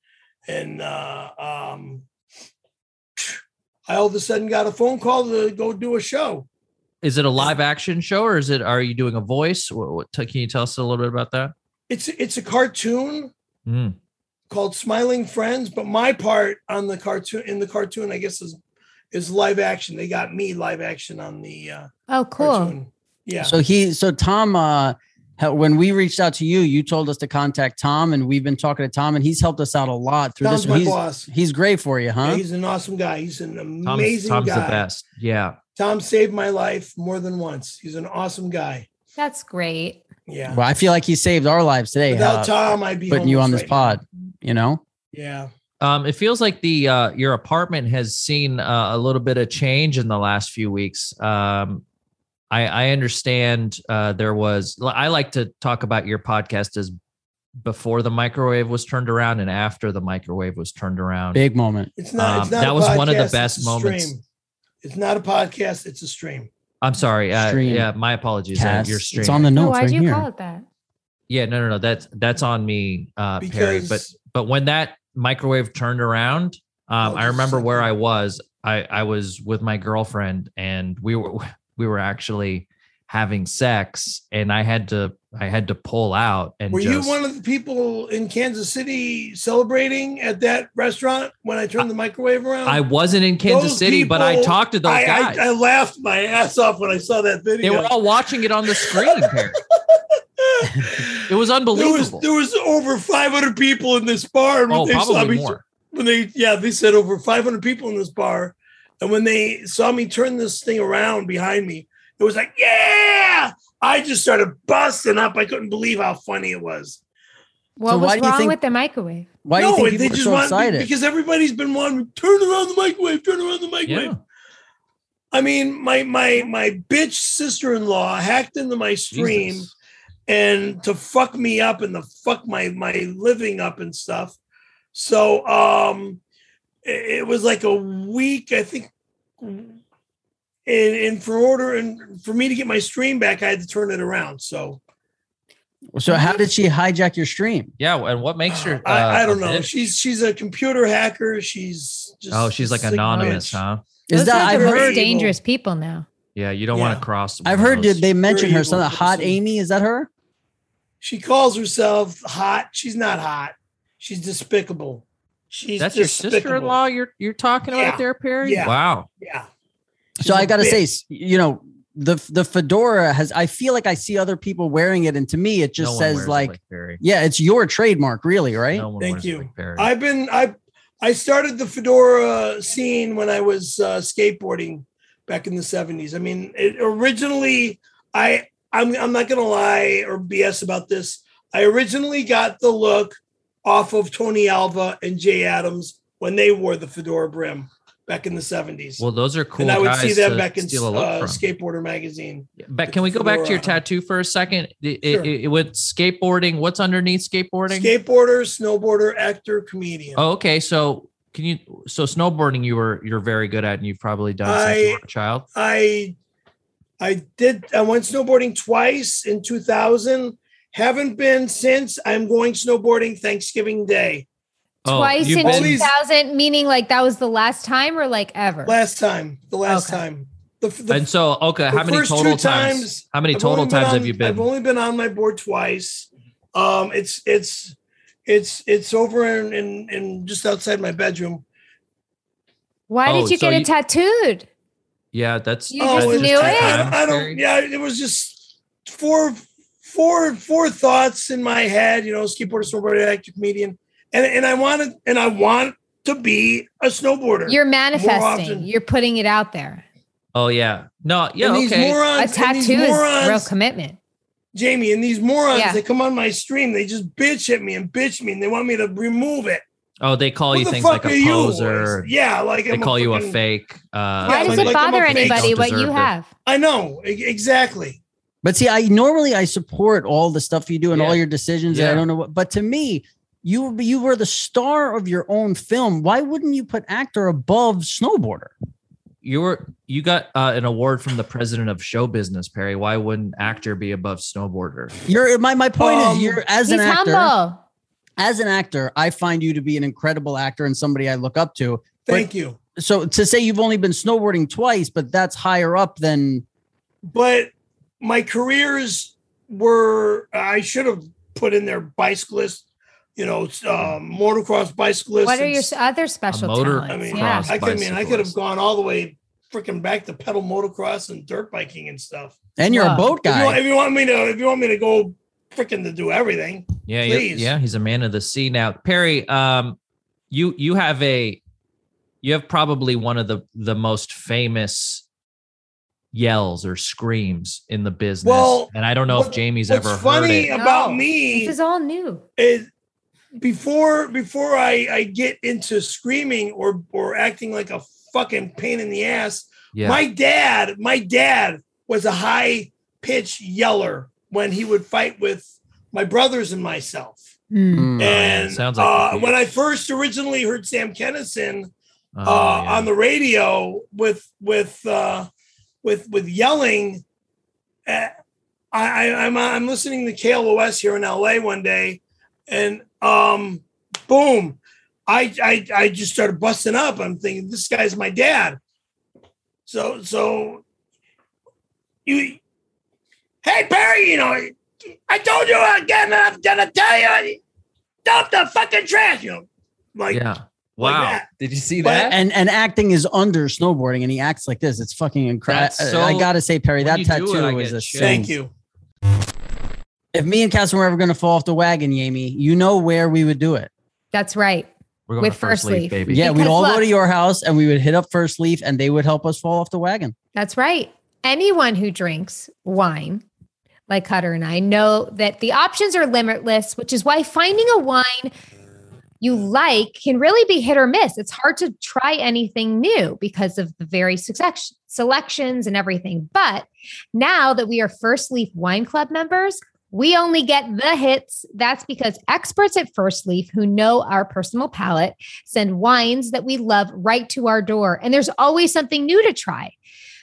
and uh, um, I all of a sudden got a phone call to go do a show.
is it a live action show or is it? Are you doing a voice? What, what, can you tell us a little bit about that?
It's it's a cartoon
Mm.
called Smiling Friends, but my part on the cartoon in the cartoon, I guess, is is live action. They got me live action on the uh,
Oh, cool.
cartoon. Yeah,
So he, so Tom, uh, ha- when we reached out to you, you told us to contact Tom, and we've been talking to Tom, and he's helped us out a lot through
Tom's
this.
my
He's,
boss.
he's great for you, huh?
Yeah, he's an awesome guy. He's an
Tom's,
amazing
Tom's the
guy.
best. Yeah.
Tom saved my life more than once. He's an awesome guy.
That's great.
Yeah.
well, I feel like he saved our lives today.
Without
uh,
Tom, I'd be
putting you
homeless
on this
right now.
pod, you know.
Yeah.
Um, it feels like the uh, your apartment has seen uh, a little bit of change in the last few weeks. Um, I, I understand uh, there was. I like to talk about your podcast as before the microwave was turned around and after the microwave was turned around.
Big moment.
It's not.
Um,
it's not
that
a
was one of the
podcast, it's
best
a
moments.
stream. It's not a podcast. It's a stream.
I'm sorry. Uh,
Stream.
yeah, my apologies. Uh,
Cass.
your stream.
It's on the
No,
notes
why
right
would Oh, you
here.
call it that?
yeah, no, no, no. That's that's on me, uh, Perry. But
Because-
but when that microwave turned around, um,
Oh,
I
just
remember where
something.
I was. I I was with my girlfriend, and we were we were actually having sex, and I had to I had to pull out and
Were
just.
you one of the people in Kansas City celebrating at that restaurant when I turned the microwave around?
I wasn't in Kansas
Those
City, but I
people-
talked to those
I,
guys.
I, I laughed my ass off when I saw that
they
video.
were all watching it on the screen, Perry. It was
there
unbelievable.
was there was over 500 people in this bar, and when
oh,
they saw
probably
me,
more.
when they yeah, they said over 500 people in this bar, and when they saw me turn this thing around behind me, it was like yeah. I just started busting up. I couldn't believe how funny it was.
What
why
was
do you
wrong
think-
with the microwave?
Why do you think people are so
want
excited?
because everybody's been wanting turn around the microwave, turn around the microwave.
Yeah.
I mean, my my my bitch sister in law hacked into my stream
Jesus.
and to fuck me up and to fuck my my living up and stuff. So um, it, it was like a week, I think. And, and for order and for me to get my stream back, I had to turn it around. So
so how did she hijack your stream?
Yeah, and what makes her?
I, I
uh,
don't know.
bitch?
She's she's a computer hacker. She's just
oh, she's like
sick
anonymous,
bitch.
huh?
Is
Those
that
guys
I've
are the
really
heard?
most dangerous people now.
Yeah, you don't want
Yeah.
to cross. one
I've
of
heard
those.
did they mention her? Some
evil
hot
person.
Amy. Is that her?
She calls herself hot. She's not hot. She's despicable. She's
That's your
despicable.
sister-in-law. You're you're talking
Yeah.
about there, Perry.
Yeah.
Wow.
Yeah. She's
So I
a
gotta
bitch.
say, s- you know, the the fedora has. I feel like I see other people wearing it, and to me, it
No
just
one wears
says
it
like,
Perry.
yeah, it's your trademark, really, right?
No one
Thank
wears it
you.
like Perry.
I've been I I started the fedora scene when I was uh, skateboarding back in the 70s. I mean, it originally I I'm I'm not going to lie or BS about this. I originally got the look off of Tony Alva and Jay Adams when they wore the fedora brim back in the 70s.
Well, those are cool.
and I would
guys
see that
to
back in uh,
steal a look from.
Skateboarder magazine.
But can we go back to your
Fedora.
tattoo for a second? It, it-
Sure.
it- with skateboarding, what's underneath skateboarding?
Skateboarder, snowboarder, actor, comedian.
oh, okay. So can you? So snowboarding, you were you're very good at, and you've probably done since
I-
you were a child.
I I did I went snowboarding twice in 2000. Haven't been since. I'm going snowboarding Thanksgiving Day
Oh,
Twice
you've
in
been-
always-
2000, meaning like that was the last time or like ever?
last time. The last
Okay.
time. The, the
and so, okay, how many
first two
total times,
times,
How many
I've
total
only been
times
on-
have you been?
I've only been on my board twice. Um, it's it's it's it's over in in, in just outside my bedroom.
Why
Oh,
did you
so
get it
you-
tattooed?
yeah, that's.
You just
that's
it's-
two
knew it?
I don't,
times,
I don't.
Barry.
Yeah, it was just four four four thoughts in my head. You know, skateboarder, snowboarder, actor, comedian, and and I wanted and I want to be a snowboarder.
You're manifesting.
often.
You're putting it out there.
Oh yeah. No. Yeah.
and these
okay.
A
morons, and these
tattoo is real
morons
commitment.
Jamie, and these morons,
Yeah.
they come on my stream, they just bitch at me and bitch me, and they want me to remove it.
oh, they call
Who
you
the
things
fuck
like
are
a
you?
poser.
Yeah, like
They
I'm
call you a
fucking-
fake. Uh,
Why does
like-
it
like I'm
bother
a fake.
anybody
Don't
what you
deserve it.
have?
I know e- exactly.
But see, I normally I support all the stuff you do and
Yeah.
all your decisions. And I
Yeah.
don't know what, but to me, you you were the star of your own film. Why wouldn't you put actor above snowboarder?
you were you got uh, an award from the president of show business, Perry. Why wouldn't actor be above snowboarder?
You're my my point
Um,
is you're as
He's
an actor
humble.
as an actor, I find you to be an incredible actor and somebody I look up to.
Thank you.
So to say you've only been snowboarding twice, but that's higher up than
But my careers were I should have put in there bicyclist, you know, um, motocross bicyclist.
What are
and
your
s-
other special
motor-
talents?
I mean,
yeah.
cross
I, could, I mean, I could have
bicyclist.
gone all the way freaking back to pedal motocross and dirt biking and stuff.
and you're
Wow.
a boat
If you, want,
guy.
if you want me to, if you want me to go freaking to do everything,
Yeah, you-
Please.
yeah, he's a man of the sea now. Perry, um, you you have a you have probably one of the the most famous yells or screams in the business.
Well,
and I don't know if
what-
Jamie's
what's
ever
funny
heard it.
about
No.
me
This is all new.
is before before I I get into screaming or or acting like a fucking pain in the ass.
Yeah.
My dad, my dad was a high pitch yeller when he would fight with my brothers and myself.
Mm.
Hmm.
Oh, yeah,
And
sounds like
uh,
he is.
when I first originally heard Sam Kennison
Oh,
uh,
yeah.
on the radio with with uh, with with yelling, uh, I, I, I'm I'm listening to KLOS here in LA one day, and um, boom, I, I I just started busting up. I'm thinking this guy's my dad. So so you, hey Perry, you know, I told you again, and I'm gonna tell you, dump the fucking trash, you know, like
yeah. Wow.
that.
Did you see
But-
that?
And and acting is under snowboarding, and he acts like this. It's fucking incredible.
That's so-
I, I gotta say, Perry,
when
that
you do it,
tattoo
I
is
get
a
chills.
Thank
sin.
you.
If me and Castle were ever gonna fall off the wagon, Yami, you know where we would do it.
That's right.
We're
with First Leaf.
baby.
Yeah, we'd
Because
all
look-
go to your house and we would hit up First Leaf, and they would help us fall off the wagon.
That's right. Anyone who drinks wine, like Cutter and I, know that the options are limitless, which is why finding a wine you like can really be hit or miss. It's hard to try anything new because of the various success- selections and everything. But now that we are First Leaf Wine Club members, we only get the hits. That's because experts at First Leaf, who know our personal palate, send wines that we love right to our door. And there's always something new to try.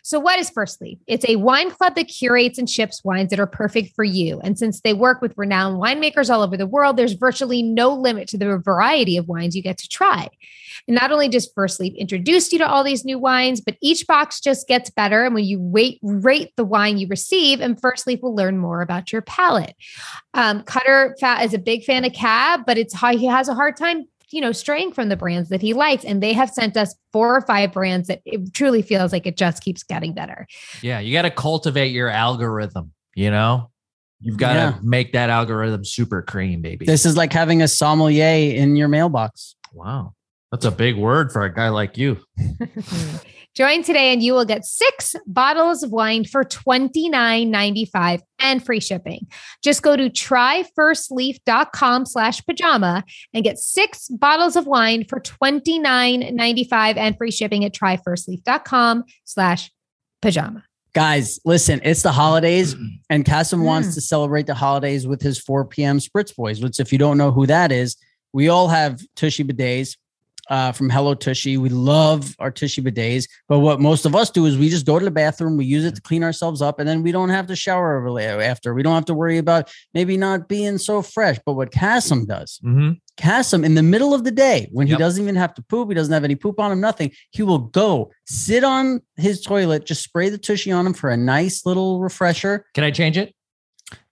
So, what is First Leaf? It's a wine club that curates and ships wines that are perfect for you. And since they work with renowned winemakers all over the world, there's virtually no limit to the variety of wines you get to try. And not only does First Leaf introduce you to all these new wines, but each box just gets better. And when you wait, rate the wine you receive, and First Leaf will learn more about your palate. Um, Cutter Fat is a big fan of Cab, but it's how he has a hard time. You know, straying from the brands that he likes. And they have sent us four or five brands that it truly feels like it just keeps getting better.
Yeah, you got to cultivate your algorithm. You know, you've got to
Yeah.
make that algorithm super cream, baby.
This is like having a sommelier in your mailbox.
wow. That's a big word for a guy like you.
Join today and you will get six bottles of wine for $29.95 and free shipping. Just go to tryfirstleaf.com slash pajama and get six bottles of wine for $29.95 and free shipping at tryfirstleaf.com slash pajama.
Guys, listen, it's the holidays, and Kasim wants
Mm.
to celebrate the holidays with his 4 p.m. Spritz Boys, which, if you don't know who that is, we all have Tushy Bidets uh, from Hello Tushy. We love our Tushy Bidets. But what most of us do is we just go to the bathroom, we use it to clean ourselves up, and then we don't have to shower over la- after. We don't have to worry about maybe not being so fresh. But what Kasim does,
Mm-hmm.
Kasim, in the middle of the day, when
Yep.
he doesn't even have to poop, he doesn't have any poop on him, nothing, he will go sit on his toilet, just spray the tushy on him for a nice little refresher.
Can I change it?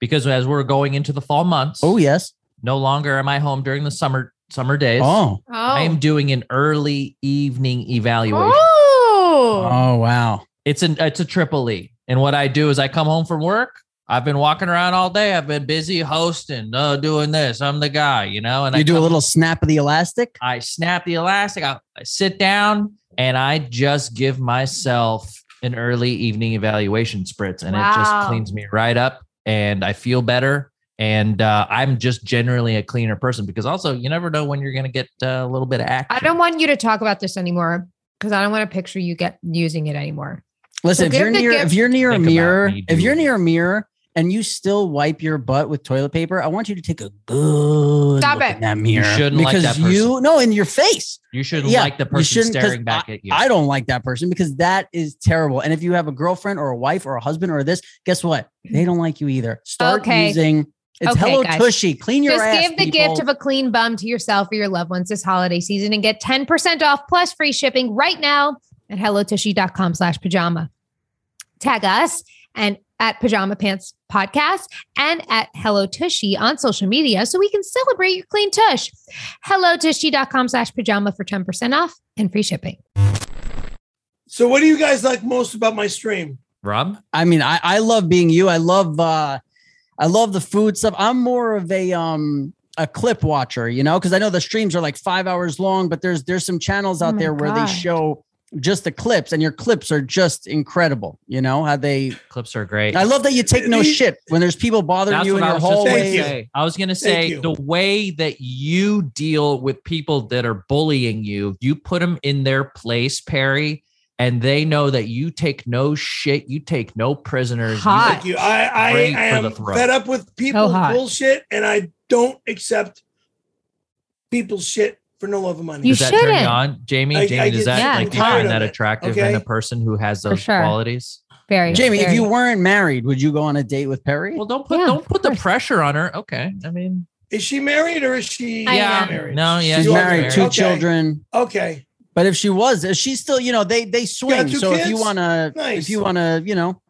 Because as we're going into the fall months,
Oh, yes.
no longer am I home during the summer summer days.
Oh,
Oh.
I am doing an early evening evaluation.
Oh.
oh, wow.
It's an it's a triple E. And what I do is I come home from work. I've been walking around all day. I've been busy hosting, uh, doing this. I'm the guy, you know. And I
you do a
come-
little snap of the elastic.
I snap the elastic. I, I sit down and I just give myself an early evening evaluation spritz, and it
Wow.
just cleans me right up, and I feel better. And uh, I'm just generally a cleaner person because also you never know when you're going to get uh, a little bit of action.
I don't want you to talk about this anymore because I don't want to picture you get using it anymore.
Listen, if
give
you're
the
near
gift-
if you're near a
Think about
mirror,
me
if you're
doing
near a mirror and you still wipe your butt with toilet paper, I want you to take a good
Stop
look
it.
in that mirror.
shouldn't like that
because you no in your face.
You shouldn't
Yeah,
like the
you
person
shouldn't 'cause
staring back at you.
I don't like that person because that is terrible. And if you have a girlfriend or a wife or a husband or this, guess what? They don't like you either. Start
Okay.
using it's
Okay,
Hello
guys.
Tushy. Clean your
Just
ass.
give the gift of a clean bum to yourself or your loved ones this holiday season and get 10% off plus free shipping right now at hellotushy.com slash pajama. Tag us and at Pajama Pants Podcast and at Hello Tushy on social media so we can celebrate your clean tush. HelloTushy.com slash pajama for 10% off and free shipping.
So, what do you guys like most about my stream?
Rob,
I mean, I, I love being you. I love uh I love the food stuff. I'm more of a um a clip watcher, you know, because I know the streams are like five hours long, but there's there's some channels
Oh
out
my
there where
God.
they show just the clips and your clips are just incredible. You know how they
clips are great.
I love that you take no
These-
shit when there's people bothering
That's
you in
what I
your
was just
Thank
going
hallway.
to
you.
say. I was going to
Thank
say
you.
the way that you deal with people that are bullying you, you put them in their place, Perry, and they know that you take no shit, you take no prisoners. you-
Hot.
Thank you. I, I,
Great
I
for
am
the throat.
fed up with people
So hot.
bullshit, and I don't accept people's shit for no love of money.
You
does that turn you
shouldn't.
on, Jamie?
I- I
Jamie, does
get
that
sick and
like do you
tired
find
of
that
it,
attractive
okay?
in a person who has those
sure.
qualities?
Very
Jamie, if
very-
you weren't married, would you go on a date with Perry?
Well, don't put
Yeah,
don't put the
course.
pressure on her. Okay, I mean,
Is she married or is she
I
yeah,
not
am.
married?
no, yeah,
she's
you are
married,
married.
two
Okay.
children.
Okay.
But if she was, if she's still, you know, they they swing.
two
So if you
kids?
wanna,
Nice.
if you wanna, you know,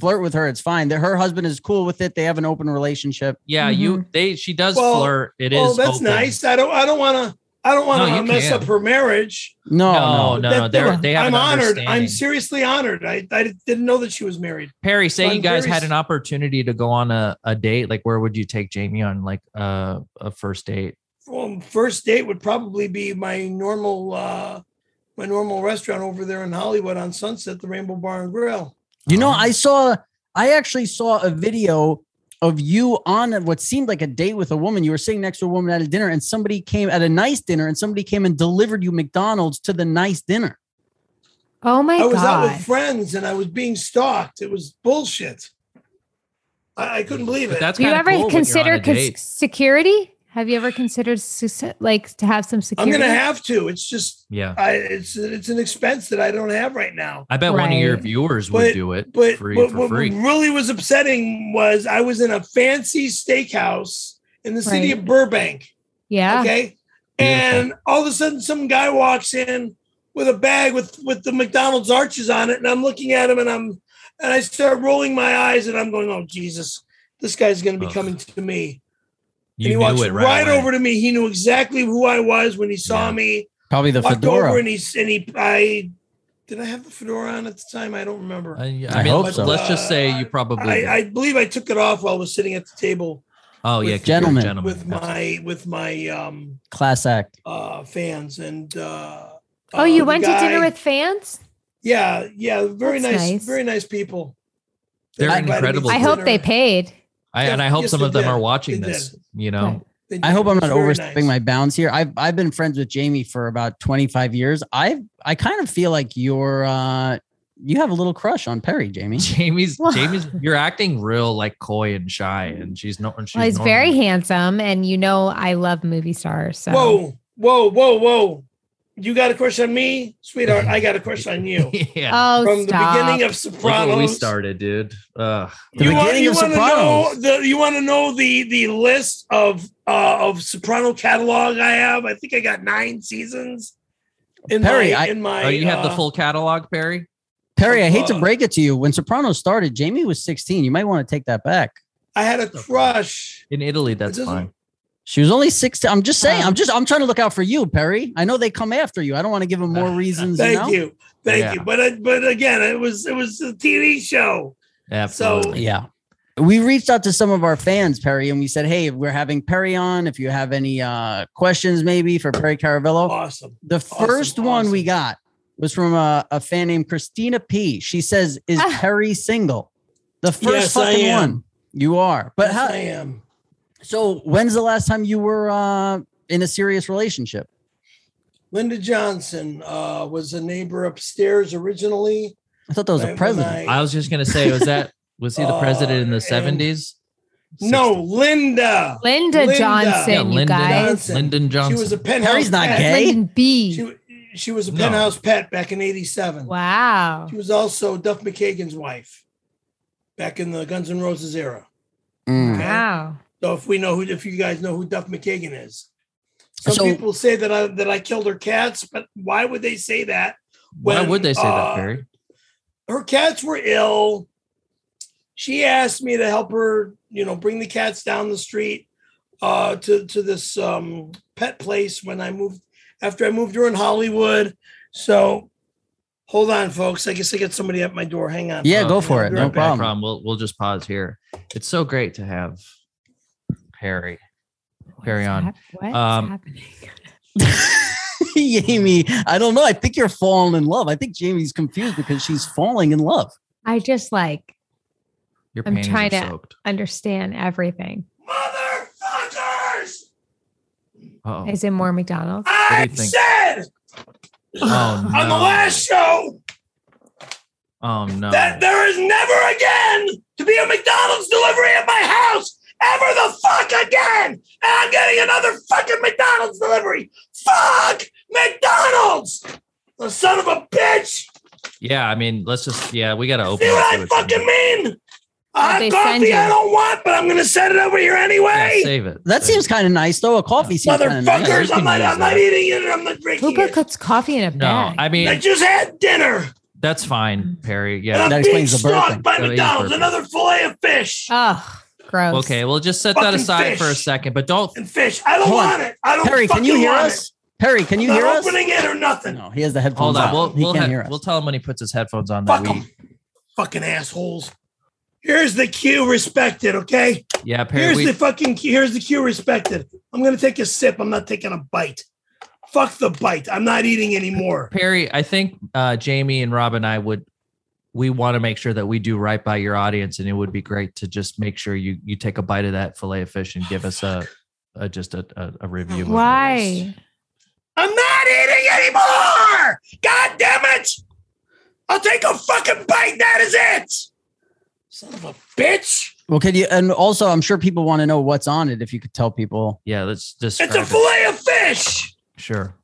flirt with her, it's fine. That her husband is cool with it. They have an open relationship.
Yeah, you they she does
Well-
Mm-hmm. flirt. It is.
Well, Oh, that's
open.
nice. I don't. I don't want to. I don't want
No,
to
you
mess
can.
up her marriage.
No,
no,
no.
no,
That-
no. They're, they have
I'm
an
honored. I'm
understanding.
seriously honored. I, I didn't know that she was married.
Perry, say
I'm
you guys
very
had
s-
an opportunity to go on a, a date. Like, where would you take Jamie on like uh, a first date?
Well, first date would probably be my normal, uh, my normal restaurant over there in Hollywood on Sunset, the Rainbow Bar and Grill.
You know,
Oh.
I saw, I actually saw a video of you on what seemed like a date with a woman. You were sitting next to a woman at a dinner, and somebody came at a nice dinner, and somebody came and delivered you McDonald's to the nice dinner.
oh my
I was out
God.
with friends and I was being stalked. It was bullshit. I, I couldn't believe
But
it.
that's
Do you
kinda
ever
cool when you're on
consider
a
cons-
date.
security? Have you ever considered su- like to have some
I'm
security?
gonna have to. It's just,
yeah,
I, it's it's an expense that I don't have right now.
I bet one of your
Right.
viewers would
But-
do it
But
free
what,
for
what
free.
really was upsetting was I was in a fancy steakhouse in the city
Right.
of Burbank.
yeah.
Okay. And all of a sudden some guy walks in with a bag with with the McDonald's arches on it. And I'm looking at him and I'm and I start rolling my eyes and I'm going, Oh Jesus, this guy's gonna be
Ugh.
coming to me. and he
you
walks
knew it right, away.
over to me. He knew exactly who I was when he saw
Yeah.
me.
Probably the
walked over
fedora.
and he s- and he I did I have the fedora on at the time? I uh, don't remember.
I, I
I
mean,
hope
let's,
so.
let's just say you probably.
I, I believe I took it off while I was sitting at the table.
Oh
With
yeah, 'cause you're a
gentlemen.
gentleman.
with
That's-
my with my um
Class act.
uh fans and uh
Oh,
uh,
you
the
went to dinner
guy-
with fans?
yeah yeah very
That's
nice,
nice.
very nice people
They're
They invited me
incredible
to
I
Well,
hope
dinner.
they paid.
I, and I hope
Yes,
some
they
of them
did.
are watching
They
this.
did.
You know,
They did.
I hope I'm
It was
not
very
overstepping
nice.
my bounds here. I've I've been friends with Jamie for about 25 years. I I kind of feel like you're uh you have a little crush on Perry, Jamie.
Jamie's
Well-
Jamie's. You're acting real like coy and shy, and she's not. She's
Well, he's
normal.
very handsome, and you know I love movie stars. So.
Whoa, whoa, whoa, whoa. You got a crush on me? Sweetheart, I got a crush on you.
yeah.
Oh,
From
stop.
the beginning of
Look where we
Sopranos.
started, dude. Ugh.
The
you want,
beginning
you
of
want to know
Sopranos.
the you want to know the the list of uh of Soprano catalog I have? I think I got nine seasons. In
Perry,
my,
I-
in my
oh, you have the
uh,
full catalog, Perry.
Perry, I hate to
Uh,
break it to you. When Sopranos started, Jamie was 16. You might want to take that back.
I had a crush.
In Italy, that's
doesn't-
fine.
She was only 16. I'm just
Uh,
saying.
Um,
I'm just I'm trying to look out for you, Perry. I know they come after you. I don't want to give them more reasons.
Thank
you. know?
you. Thank
Yeah.
you. But I, but again, it was it was a TV show.
Absolutely.
Yeah. We reached out to some of our fans, Perry, and we said, Hey, we're having Perry on. If you have any uh, questions, maybe for Perry Caravello.
Awesome.
The first one we
awesome.
got was from a, a fan named Christina P. She says, Is
Ah.
Perry single? The first
Yes, I
fucking
am.
one. You are. But
yes, I
how,
am.
so when's the last time you were uh, in a serious relationship?
Linda Johnson uh, was a neighbor upstairs originally.
I thought that was
When
a president.
I was just gonna say, was that was he the president in
Uh,
the
and-
seventies?
No, Linda.
Linda,
Linda.
Johnson,
yeah,
you
Lyndon,
guys.
Johnson.
Lyndon Johnson.
She was a penthouse.
Perry's not
pet.
gay.
Lyndon B.
She, she was a
No.
penthouse pet back in '87.
wow.
She was also Duff McKagan's wife back in the Guns N' Roses era.
Mm.
Wow.
So if we know who, if you guys know who Duff McKagan is, some
So-
people say that I that I killed her cats, but why would they say that?
Why
when,
would they say
uh,
that, Perry?
her cats were ill. She asked me to help her, you know, bring the cats down the street uh, to to this um, pet place when I moved after I moved her in Hollywood. So hold on, folks. I guess I get somebody at my door. Hang on.
Yeah,
Oh,
go for it.
no
Right,
No
no
problem.
problem. We'll we'll just pause here. It's so great to have Perry. Perry
What's
on.
hap- What's
Um,
happening?
Jamie, I don't know. I think you're falling in love. I think Jamie's confused because she's falling in love.
I just like
Your
I'm
panties
trying
are
to-
soaked.
understand everything.
Motherfuckers!
Oh,
Is it more McDonald's?
do you
I
think?
said
Oh,
on the
no.
last show
oh no.
that there is never again to be a McDonald's delivery at my house ever the fuck again. And I'm getting another fucking McDonald's delivery. Fuck McDonald's. The son of a bitch.
yeah, I mean, let's just yeah, we gotta open.
See
it
what
to
I
it.
fucking mean? I
they send
have coffee I
you?
don't want, but I'm going to send it over here
Yeah,
anyway.
save it.
That
Save
seems
it.
kind of nice, though. A coffee seems kind of nice.
Motherfuckers,
Yeah, you
I'm not,
can use
I'm not
that.
eating it. I'm not drinking
Who
it.
puts coffee in a
No,
bag?
I
I
mean
just had dinner.
that's fine, Perry.
and
Yeah.
I'm
that
being
explains the
stalked
burping.
by
That is
McDonald's.
burping.
Another fillet of fish.
Oh, gross.
Okay, well, just set that
Fucking
aside for a
fish.
second, but don't
and fish. I don't
Hold on.
want it. I don't
Perry, can
fucking
you hear
want
us? Perry, can
It.
you
I'm
hear
not
us?
opening it or nothing.
No, he has the
hold
headphones
on.
on.
We'll
he
we'll,
can't
ha-
hear us.
we'll tell him when he puts his headphones on that
Fuck
we,
them. Fucking assholes. Here's the cue respected, okay?
yeah, Perry,
here's
we,
the fucking cue. Here's the cue respected. I'm going to take a sip. I'm not taking a bite. Fuck the bite. I'm not eating anymore.
Perry, I think uh, Jamie and Rob and I would we want to make sure that we do right by your audience, and it would be great to just make sure you you take a bite of that fillet of fish and give us a, a just a, a, a review. of it.
Why?
I'm not eating anymore. God damn it. I'll take a fucking bite. That is it. Son of a bitch.
Well, can you? And also, I'm sure people want to know what's on it. If you could tell people,
Yeah, let's just
It's a fillet of fish.
sure.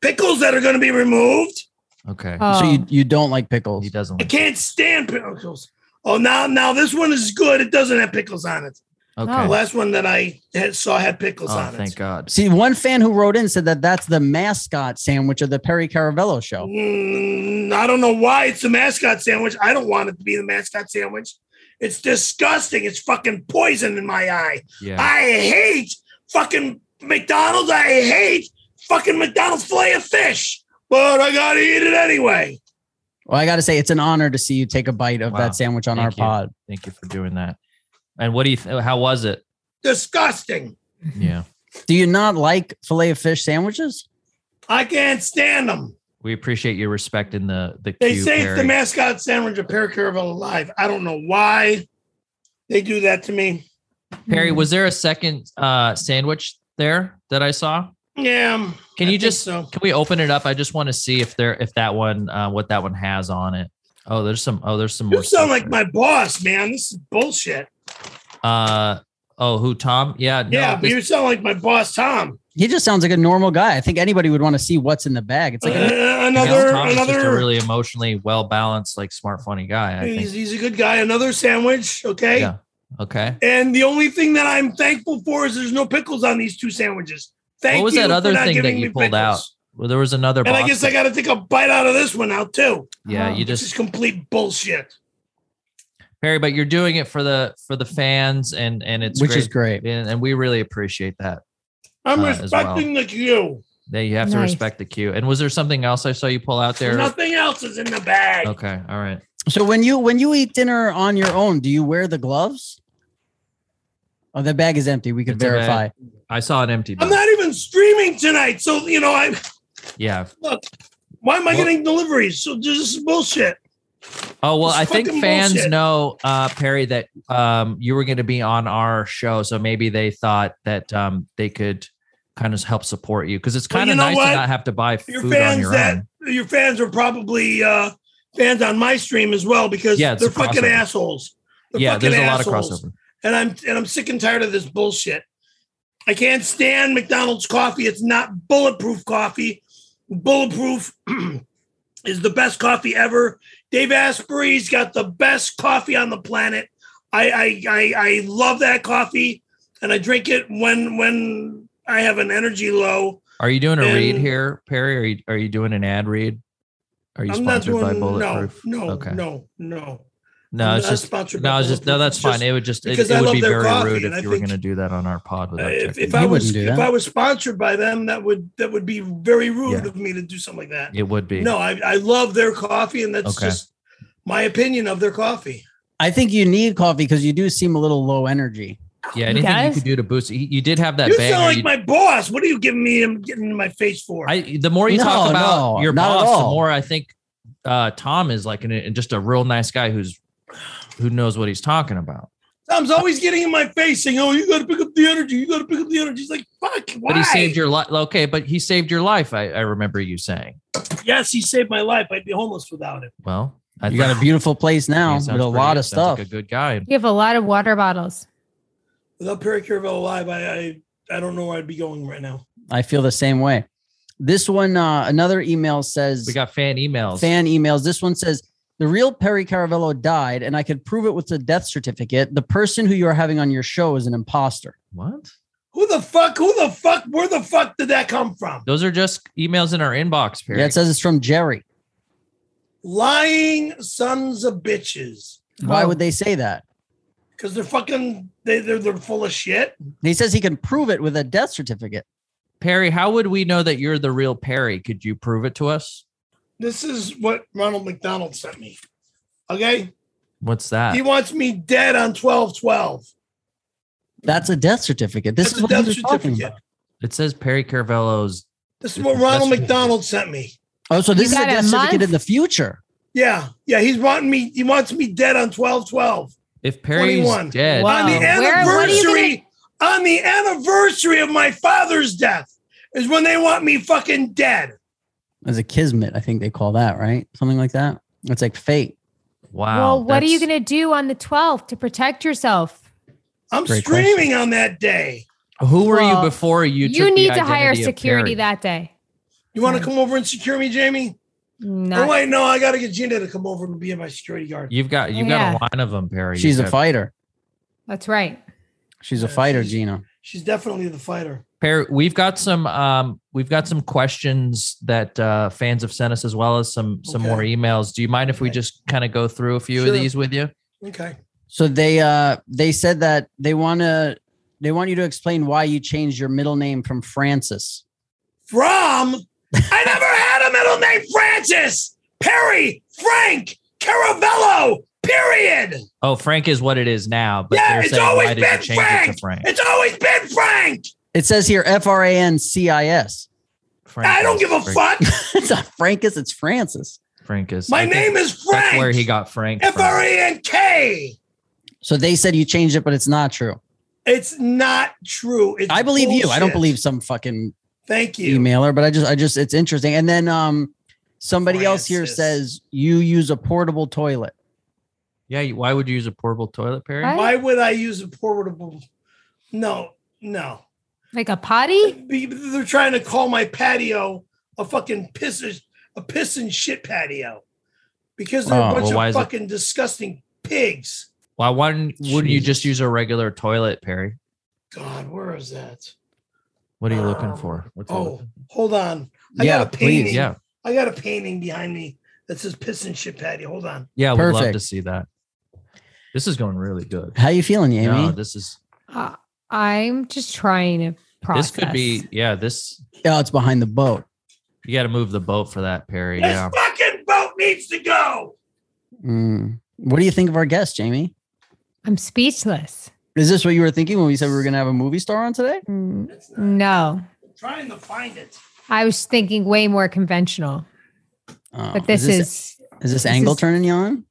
Pickles that are going to be removed.
Okay,
Oh,
so you, you don't like pickles.
he doesn't.
I
like-
can't stand pickles. Oh, now now this one is good. It doesn't have pickles on it. The
Okay.
last one that I had, saw had pickles
Oh,
on
thank
it.
God.
See, one fan who wrote in said that that's the mascot sandwich of the Perry Caravello show.
Mm, I don't know why it's the mascot sandwich. I don't want it to be the mascot sandwich. It's disgusting. It's fucking poison in my eye.
Yeah.
I hate fucking McDonald's. I hate fucking McDonald's fillet of fish. But I gotta eat it anyway.
Well, I got to say, it's an honor to see you take a bite of
Wow.
that sandwich on
Thank
our
you.
pod.
Thank you for doing that. And what do you? Th- how was it?
Disgusting.
Yeah,
Do you not like filet of fish sandwiches?
I can't stand them.
we appreciate you respecting the the.
They
queue,
saved the
Perry.
mascot sandwich of Perry Caravelle alive. I don't know why they do that to me.
Perry, was there a second uh sandwich there that I saw?
Yeah.
Can
I
you
think
just
so?
can we open it up? I just want to see if there if that one uh what that one has on it. Oh, there's some oh there's some
You
more stuff
sound like my boss, man. This is bullshit.
there. uh oh who Tom? Yeah, no,
yeah, but
this-
you sound like my boss, Tom.
He just sounds like a normal guy. I think anybody would want to see what's in the bag. It's like a,
Uh,
you know,
another,
Tom is just a
another.
really emotionally well balanced, like smart, funny guy. I
he's,
think.
he's a good guy. Another sandwich, okay.
Yeah. Okay.
And the only thing that I'm thankful for is there's no pickles on these two sandwiches. Thank
What was
you
that
for
other
not
thing that
giving
you
me
pulled out?
pickles.
Well, there was another.
And I
box
guess I
that-
got to take a bite out of this one now too.
yeah,
Oh.
you
This
just
is complete bullshit.
Perry, but you're doing it for the for the fans, and and it's
which
great.
is great.
and, and we really appreciate that.
I'm
Uh, as
respecting the queue.
That you have to
Nice.
respect the queue. And was there something else I saw you pull out there?
Nothing else is in the bag.
Okay, all right.
So when you when you eat dinner on your own, do you wear the gloves? Oh, that bag is empty. We could
It's a bag.
verify.
I saw an empty.
I'm
bag.
not even streaming tonight, so you know I.
yeah.
Why am I
Well-
getting deliveries? So this is bullshit.
Oh well,
It's
I think
fucking
fans
bullshit.
know uh, Perry that um, you were going to be on our show, so maybe they thought that um, they could kind of help support you because it's
Well,
kind of
you know
nice
what?
to not have to buy
Your
food on
fans
your
that
own.
your fans are probably uh, fans on my stream as well because
Yeah, it's
they're
a
fucking
crossover.
assholes. They're
Yeah,
fucking
there's a lot
assholes.
of crossover.
and I'm and I'm sick and tired of this bullshit. I can't stand McDonald's coffee. It's not bulletproof coffee. Bulletproof is the best coffee ever. Dave Asprey's got the best coffee on the planet. I I I, I love that coffee, and I drink it when when I have an energy low.
Are you doing a read
And-
here, Perry? Are you are you doing an ad read? Are you
I'm not
sponsored
doing
by
no
Bulletproof?
no
Okay.
no no.
No,
I'm
it's
not
just
sponsored.
no,
by
it's just no.
Bulletproof.
That's
It's
fine.
just-
it would just it,
because
it
I
would
love
be
their
very
coffee,
rude
and I
if you were
think-
going to do that on our pod
Uh,
without
if,
checking.
if I
He
was
wouldn't do
if
that.
I was sponsored by them, that would that would be very rude
Yeah.
of me to do something like that.
it would be
No, I, I love their coffee, and that's
Okay.
just my opinion of their coffee.
I think you need coffee because you do seem a little low energy.
Yeah,
He
anything you
does?
could do to boost. You you did have that
you
bang.
sound
where
like
you-
my boss. What are you giving me? and getting in my face for?
I the more you
No,
talk about
no,
your
not at
boss, the
all.
more I think uh, Tom is like an, just a real nice guy who's who knows what he's talking about.
Tom's always getting in my face, saying, "Oh, you got to pick up the energy. You got to pick up the energy." He's like, "Fuck, why?"
But he saved your life. Okay, but he saved your life. I, I remember you saying.
yes, he saved my life. I'd be homeless without him.
Well, I
You got a beautiful place now with
sounds
a
pretty-
lot of
sounds like
stuff.
a good guy.
You have a lot of water bottles.
Without Perry Caravelle alive, I, I I don't know where I'd be going right now.
I feel the same way. This one, uh, another email says
We got fan emails.
fan emails. This one says the real Perry Caravello died, and I could prove it with the death certificate. The person who you are having on your show is an imposter.
what?
Who the fuck? Who the fuck? Where the fuck did that come from?
Those are just emails in our inbox. Perry.
Yeah, it says it's from Jerry.
Lying sons of bitches.
Why
Oh.
would they say that?
Because they're fucking they they're, they're full of shit.
He says he can prove it with a death certificate.
Perry, how would we know that you're the real Perry? Could you prove it to us?
This is what Ronald McDonald sent me. Okay.
What's that?
Ah.
He wants me dead on 12 12.
That's a death certificate. This is
That's a
what he
death
was talking
certificate.
about.
It says Perry Carvello's.
This is
It's
what
a
Ronald
death
McDonald sent me.
Oh, so this is a
got a
death certificate
month?
in the future.
Yeah. Yeah. He's wanting me, he wants me dead on 12 12.
If Perry's
21.
dead,
Wow.
On the
Where- what are you gonna-
anniversary, on the anniversary of my father's death is when they want me fucking dead.
As a kismet, I think they call that, right? Something like that. It's like fate.
wow.
well, what are you
that's-
going to do on the 12th to protect yourself?
I'm
Great question.
streaming on that day.
Who were
Well,
you before you?
You,
took the
need to hire
identity of
security
Perry?
that day.
You want to
Mm.
come over and secure me, Jamie?
Not
oh, wait, no, I got to get Gina to come over and be my security guard.
You've got you've
Yeah.
got a line of them, Perry.
She's
You've
a
got-
fighter.
That's right.
She's a
Yeah,
fighter,
she's-
Gina.
She's definitely the fighter.
Perry. We've got some um we've got some questions that uh fans have sent us as well as some some
Okay.
more emails. Do you mind if we
Okay.
just kind of go through a few
Sure.
of these with you?
Okay.
So they uh they said that they want to they want you to explain why you changed your middle name from Francis.
From, I never had a middle name Francis, Perry, Frank, Caravello, Period.
Oh, Frank is what it is now. But
Yeah,
they're
it's
saying,
always
why did you
been
change it to Frank?
It's always been Frank.
It says here F R A N C I S.
Frank
I don't
is-
give a
Frank-
fuck.
It's not Francis, it's Francis.
Frank is.
My
I think
name is Frank.
That's where he got Frank.
F
from.
R A N K.
So they said you changed it, but it's not true.
It's not true. It's
I believe you. I don't
bullshit.
believe some fucking
Thank you.
emailer, but I just, I just, it's interesting. And then um, somebody else here
Francis.
says you use a portable toilet.
Yeah. you- Why would you use a portable toilet, Perry?
What?
Why would I use a portable? No, no.
Like a potty?
Be- They're trying to call my patio a fucking piss a piss and shit patio because they're
Oh,
a bunch
well, why
of
is it-
fucking disgusting pigs.
Why wouldn't wouldn't you just use
Jesus.
a regular toilet, Perry?
God, where is that?
What are you looking
Um,
for? What's he
Oh,
looking-
hold on. I
yeah,
got a painting.
please.
yeah,
I got a painting behind me that says piss and shit patio. Hold on.
yeah, we'd love
Perfect.
to see that. This is going really good.
How you feeling, Amy?
No, this is
Uh, I'm just trying to process.
this could be yeah. This
oh, it's behind the boat.
you got to move the boat for that, Perry. Yeah,
This fucking boat needs to go.
Mm. What do you think of our guest, Jamie?
I'm speechless.
Is this what you were thinking when we said we were going to have a movie star on today?
Mm,
It's not,
No,
I'm trying to find it.
I was thinking way more conventional,
Oh,
but this,
this
is
is this
this
angle
is-
turning you on?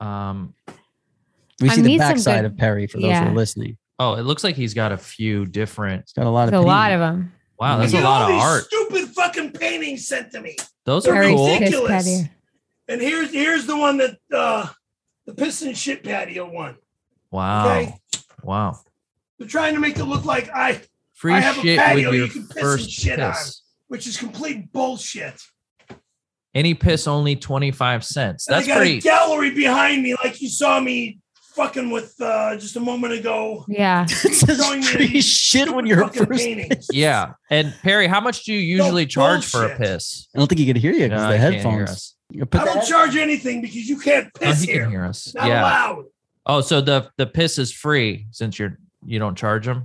Um.
We
I
see the
need some
backside
good-
of Perry for those who
Yeah.
are listening.
Oh, it looks like he's got a few different.
It's got a lot of
there's a lot
pain.
of them.
Wow, Oh, that's
I
a
get
lot
all
of
these
art.
Stupid fucking paintings sent to me.
Those are
Perry's
cool.
sick.
kiss
Ridiculous.
patio.
And here's here's the one that uh the piston shit patio one.
Wow,
Okay.
wow.
They're trying to make it look like I,
Free
I have a
shit
patio
with
you
your
can piss and
first
shit on.
piss.
which is complete bullshit.
Any piss only twenty five cents.
And
That's
I got
pretty.
a gallery behind me, like you saw me fucking with uh just a moment ago.
Yeah,
It says
Showing me
free
these
shit when
Stupid
you're
fucking
first.
paintings.
Yeah. And Perry, how much do you
No
usually charge for a
bullshit.
piss?
I don't think he could hear you because
No,
the
he can't hear
headphones.
us.
You put
I
the
don't charge anything because you can't
Oh,
piss
he
here.
can hear us.
Not
yeah.
allowed.
Oh, so the the piss is free since you're you don't charge them.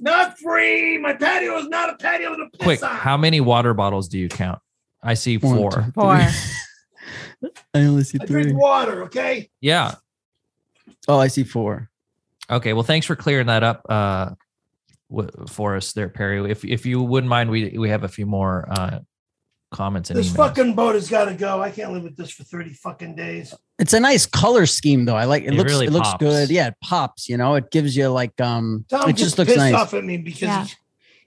Not free. My patio is not a patio to piss
Quick,
on.
how many water bottles do you count? I see
One,
four.
two,
four.
three. I only see
I
three.
drink water, okay?
Yeah.
Oh, I see four.
Okay. Well, thanks for clearing that up, uh, w- for us there, Perry. If if you wouldn't mind, we we have a few more uh comments and
This
emails.
fucking boat has got to go. I can't live with this for 30 fucking days.
It's a nice color scheme though. I like it.
It
looks
really
it looks
pops.
good. Yeah, it pops. You know, it gives you like um.
Tom
it
gets
just looks
pissed
nice.
off at me because
Yeah.
he,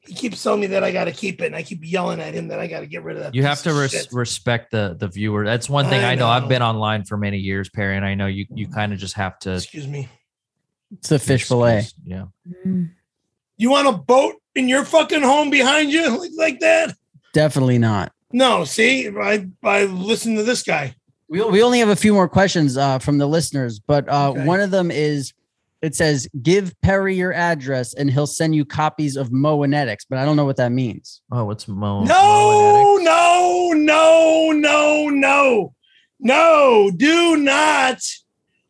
he keeps telling me that I got to keep it, and I keep yelling at him that I got to get rid of that.
You have
piece
to
of
res-
shit.
respect the the viewer. That's one thing I,
I
know. I've
know.
been online for many years, Perry, and I know you you kind of just have to
Excuse me.
It's a fish fillet.
Yeah.
Mm.
You want a boat in your fucking home behind you like, like that?
Definitely not.
No. See, I I listen to this guy.
We, we only have a few more questions uh, from the listeners, but uh,
Okay.
one of them is it says give Perry your address and he'll send you copies of Moanetics, but I don't know what that means.
Oh, what's Mo?
No, no, no, no, no, no. Do not.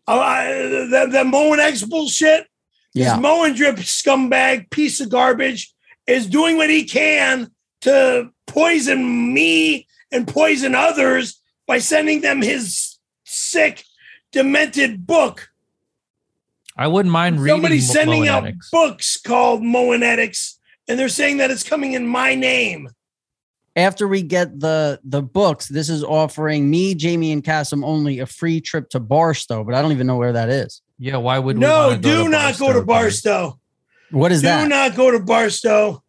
Uh, I, that that Moen X bullshit.
Yeah,
This Moen drip scumbag piece of garbage is doing what he can to poison me and poison others by sending them his sick, demented book.
I wouldn't mind reading.
Somebody's
Mo-
sending out
Moanetics.
books called Moenetics, and they're saying that it's coming in my name.
after we get the the books, this is offering me, Jamie, and Cassim only a free trip to Barstow, but I don't even know where that is.
Yeah, why would
no,
we wanna
do not go to
Barry?
Barstow.
What is
do
that?
not go to Barstow.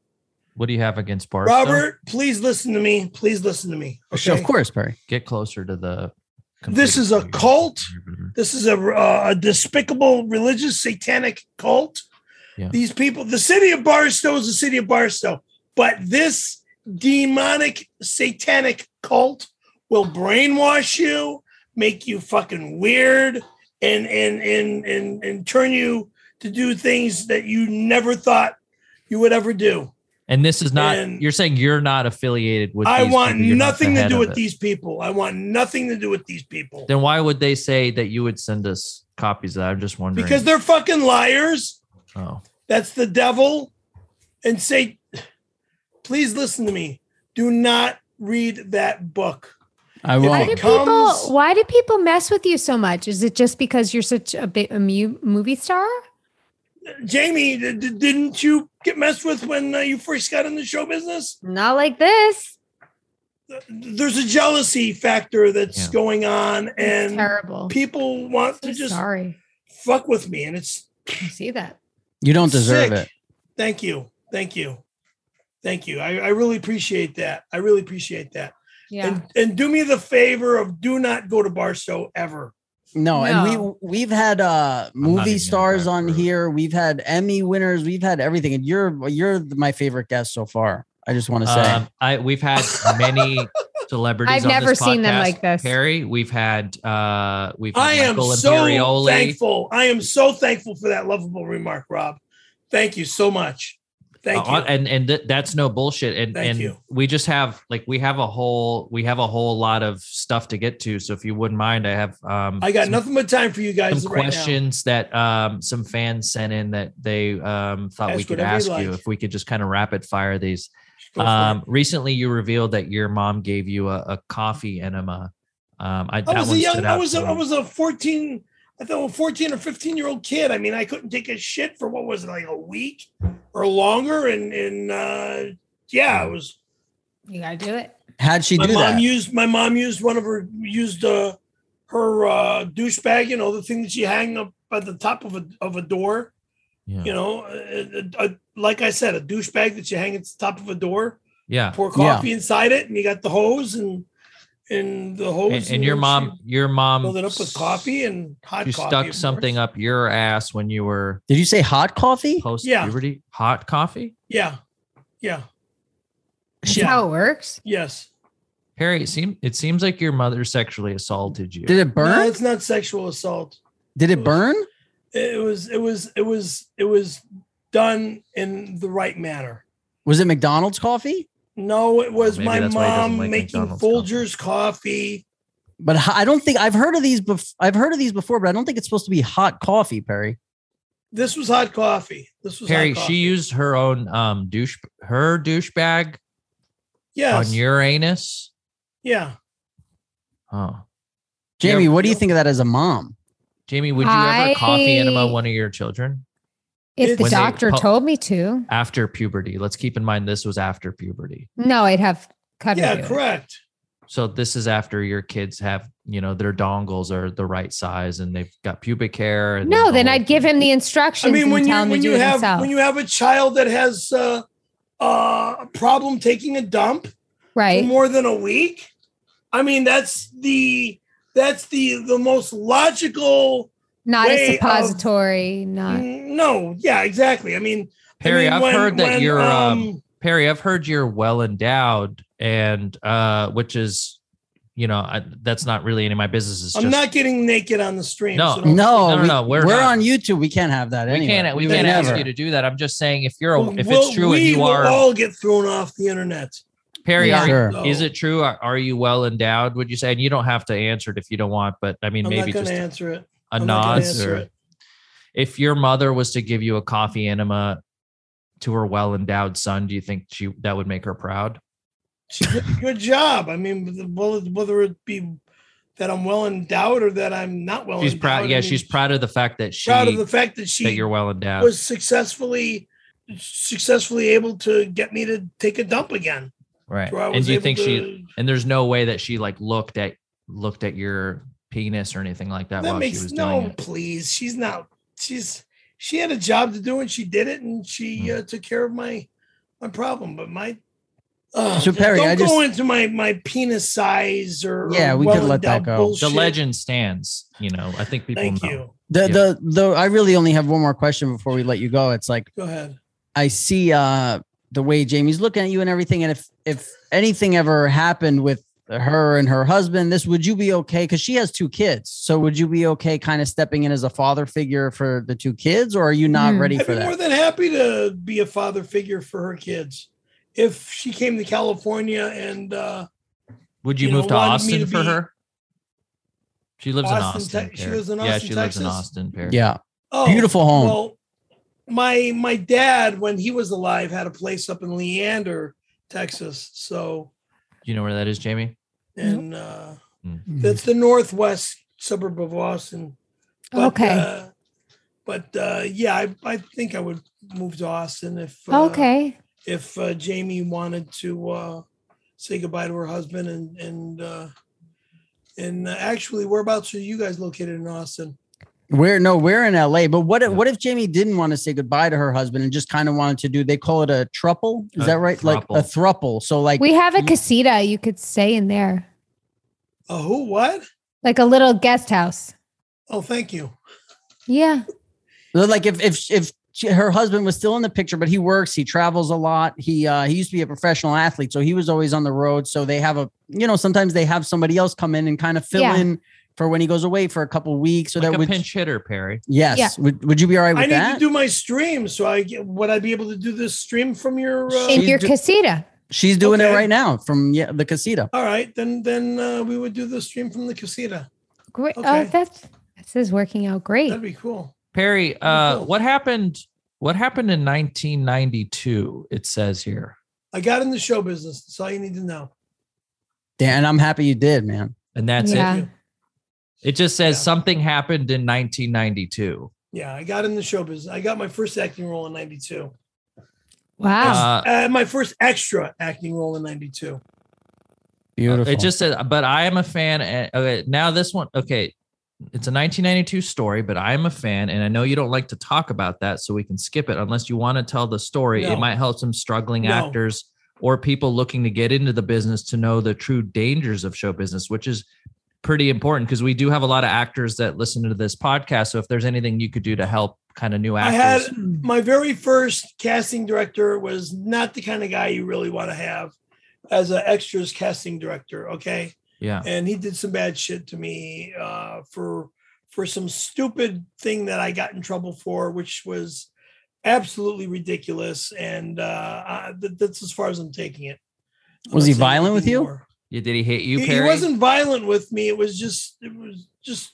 What do you have against Barstow?
Robert, please listen to me. Please listen to me.
Sure,
okay?
Of course, Perry.
get closer to the.
This is a cult. This is a, uh, a despicable religious satanic cult.
Yeah.
These people, the city of Barstow is the city of Barstow, but this demonic satanic cult will brainwash you, make you fucking weird, and and and and and turn you to do things that you never thought you would ever do.
And this is not.
And-
you're saying you're not affiliated with.
I
these
want
people, you're not the
nothing to
head
do
of
with
it.
these people. I want nothing to do with these people
Then why would they say that you would send us copies of that? I'm just wondering.
because they're fucking liars.
oh,
That's the devil. And say, please listen to me. Do not read that book.
I
Why
Well,
do
won't.
it comes-
people? Why do people mess with you so much? Is it just because you're such a big a mu- movie star?
Jamie, d- d- didn't you get messed with when uh, you first got in the show business?
Not like this.
Th- There's a jealousy factor that's
Yeah.
going on,
It's
and
terrible.
people want
So
to just
sorry.
fuck with me, and it's
I see that.
You don't deserve
Sick.
it.
Thank you. Thank you. Thank you. I, I really appreciate that. I really appreciate that.
Yeah.
And, and do me the favor of do not go to Barstow ever.
No, and we
No.
we've had uh
not even
movie
in
stars
that
on
group.
here. We've had Emmy winners. We've had everything, and you're you're my favorite guest so far. I just want to say
Um, I we've had many celebrities.
I've
on
never
this
seen them
podcast.
like this.
Harry, we've had uh, we've had
I am
Michael
so
Imperioli.
thankful. I am so thankful for that lovable remark, Rob. Thank you so much. Thank
Uh,
you.
and and th- that's no bullshit and
Thank
and
you.
we just have like we have a whole we have a whole lot of stuff to get to so if you wouldn't mind i have um
I got
some,
nothing but time for you guys
some
right
questions that um some fans sent in that they um thought we
Ask
could
whatever you
ask you
like.
if we could just kind of rapid fire these
now. Go for
um recently you revealed that your mom gave you a, a coffee enema um i,
it.
that
I was a
one
young.
stood
I
out
was.
to
A,
me.
I was a fourteen. I thought a fourteen or fifteen year old kid. I mean, I couldn't take a shit for what was it like a week or longer, and and uh, yeah, it was
You gotta do it.
how'd she
my
do
mom
that?
used my mom used one of her used uh, her uh, douchebag, you know, the thing that you hang up at the top of a of a door,
yeah.
you know, a, a- a- like I said, a douchebag that you hang at the top of a door,
yeah
pour
Yeah.
coffee inside it, and you got the hose and and the hose.
and, and your mom your
she
mom
filled it up with coffee and hot.
you
coffee, of
stuck
course.
something up your ass when you were
Did you say hot coffee?
post
Yeah.
puberty hot coffee
Yeah, yeah,
That's
Yeah.
how it works.
yes.
harry it seems it seems like your mother sexually assaulted you
Did it
No,
burn?
it's not sexual assault.
Did it burn?
It was it was it was it was done in the right manner.
Was it McDonald's coffee?
No, it was
maybe
my
that's why he doesn't
mom
like
making
McDonald's
Folgers coffee.
But h- I don't think I've heard of these. Bef- I've heard of these before, but I don't think it's supposed to be hot coffee, Perry.
This was hot coffee. This was
harry
Hot
she used her own um douche her douchebag
yeah
on your anus
yeah.
oh
Jamie,
Yeah.
what do you think of that as a mom?
jamie would you ever coffee enema
I-
one of your children
If
It's-
the
When they
doctor
pu-
told me to,
after puberty let's keep in mind this was after puberty
no, I'd have cut her.
Yeah,
do it.
correct.
so this is after your kids have you know their dongles are the right size and they've got pubic hair and
No,
the
then
whole
I'd give
thing.
him the instructions
I mean,
and
when you
tell him
when
to
you
do it
have
himself.
when you have a child that has uh, uh, a problem taking a dump for
right.
more than a week, I mean that's the that's the the most logical.
Not
way
a
of-
suppository, not
No, yeah, exactly. I mean,
Perry,
I
I've
mean, when-
heard that
when,
you're um, Perry, I've heard you're well endowed, and uh, which is, you know, I, that's not really any of my business. It's
I'm
just
not getting naked on the stream.
No.
so
No,
don't-
no,
we,
no, we're
we're,
not.
on YouTube. We can't have that.
we
anyway.
can't we
would
can't ask
never.
you to do that. I'm just saying if you're a, if it's
Well,
true and
we
you
will
are
all get thrown off the internet.
Perry,
Yeah.
are,
Sure.
So
is it true? Are, are you well endowed? Would you say? And you don't have to answer it if you don't want, but I mean,
I'm
maybe
not going
just
to
a,
answer it.
a
I'm not gonna
nod
answer
or
it.
if your mother was to give you a coffee enema to her well endowed son, do you think she that would make her proud?
She did a good job. I mean, whether whether it be that I'm well endowed or that I'm not well
She's
endowed,
proud. Yeah,
I mean,
she's proud of the fact that she
proud of the fact that
that
she
you're well endowed.
was successfully successfully able to get me to take a dump again.
right.
where I
And
was
do you
able
think she
to-
and there's no way that she like looked at looked at your penis or anything like that,
that
while
makes
she was doing
no
it.
please. She's not she's she had a job to do and she did it and she
Hmm.
uh, took care of my my problem. But my uh,
So, Perry,
don't
I
go
just-
into my my penis size or or
Yeah, we could let that
well-endowed
go. The
The
bullshit.
legend stands, you know. I think people
Thank
know.
you.
The,
Yeah.
the the I really only have one more question before we let you go. It's like
Go ahead.
I see uh the way Jamie's looking at you and everything, and if if anything ever happened with her and her husband, this would you be okay? Because she has two kids, so would you be okay kind of stepping in as a father figure for the two kids, or are you not
Hmm.
ready
I'd
for
be more
that?
than happy to be a father figure for her kids. If she came to California and uh,
Would you,
You know,
move to
wanted me
Austin
to
for
be-
her? She lives
Austin,
in Austin.
Tex- she
Perry.
lives in
yeah,
Austin,
she lives in
Texas?
Austin. Perry.
Yeah,
oh,
beautiful home.
Well, my my dad, when he was alive, had a place up in Leander, Texas. So
Do you know where that is, Jamie?
and uh,
Mhm.
that's the northwest suburb of Austin.
Okay.
uh, but uh, yeah, I, I think I would move to Austin if uh,
Okay.
if uh, Jamie wanted to uh, say goodbye to her husband and and uh, and uh, actually, whereabouts are you guys located in Austin?
Hmm. We're no, we're in LA. But what if what if Jamie didn't want to say goodbye to her husband and just kind of wanted to do? They call it a truple. Is
A
that right? Like a thruple. So like
We have a
you-
casita you could stay in there,
Uh, who? What?
like a little guest house.
Oh, thank you.
Yeah.
like if if if she, her husband was still in the picture, but he works, he travels a lot. He uh, he used to be a professional athlete, so he was always on the road. So they have a you know sometimes they have somebody else come in and kind of fill
Yeah.
in for when he goes away for a couple weeks. So
like
that
a
would
pinch hitter, Perry.
yes,
Yeah.
would, would you be all right with
I need
that?
to do my stream, so I get- would I be able to do this stream from your? Uh,
In
She's
your
do-
casita.
She's doing
Okay.
it right now from yeah, the casita.
all right, then then uh, we would do the stream from the casita.
Great. Oh,
Okay.
that's this is working out great.
That'd be cool.
Perry, uh,
cool.
what happened? What happened in 1992? It says here.
I got in the show business. That's all you need to know.
Dan, I'm happy you did, man.
And that's
Yeah.
it. It just says
Yeah.
something happened in 1992.
Yeah, I got in the show business. I got my first acting role in '92.
Wow.
Uh,
Uh, my first extra acting role in '92.
Beautiful.
It just says, but I am a fan. And okay, now this one, okay, it's a 1992 story, but I am a fan, and I know you don't like to talk about that, so we can skip it unless you want to tell the story.
No.
It might help some struggling
No.
actors or people looking to get into the business to know the true dangers of show business, which is pretty important because we do have a lot of actors that listen to this podcast. So if there's anything you could do to help kind of new
I had
actors,
my very first casting director was not the kind of guy you really want to have as an extras casting director. Okay,
yeah,
and he did some bad shit to me uh, for for some stupid thing that I got in trouble for, which was absolutely ridiculous. And uh, I, th- that's as far as I'm taking it. I'm
Was
not
he
saying
violent with
anything
you?
more.
Yeah, did he hate you,
He-
Perry?
he wasn't violent with me. It was just it was just.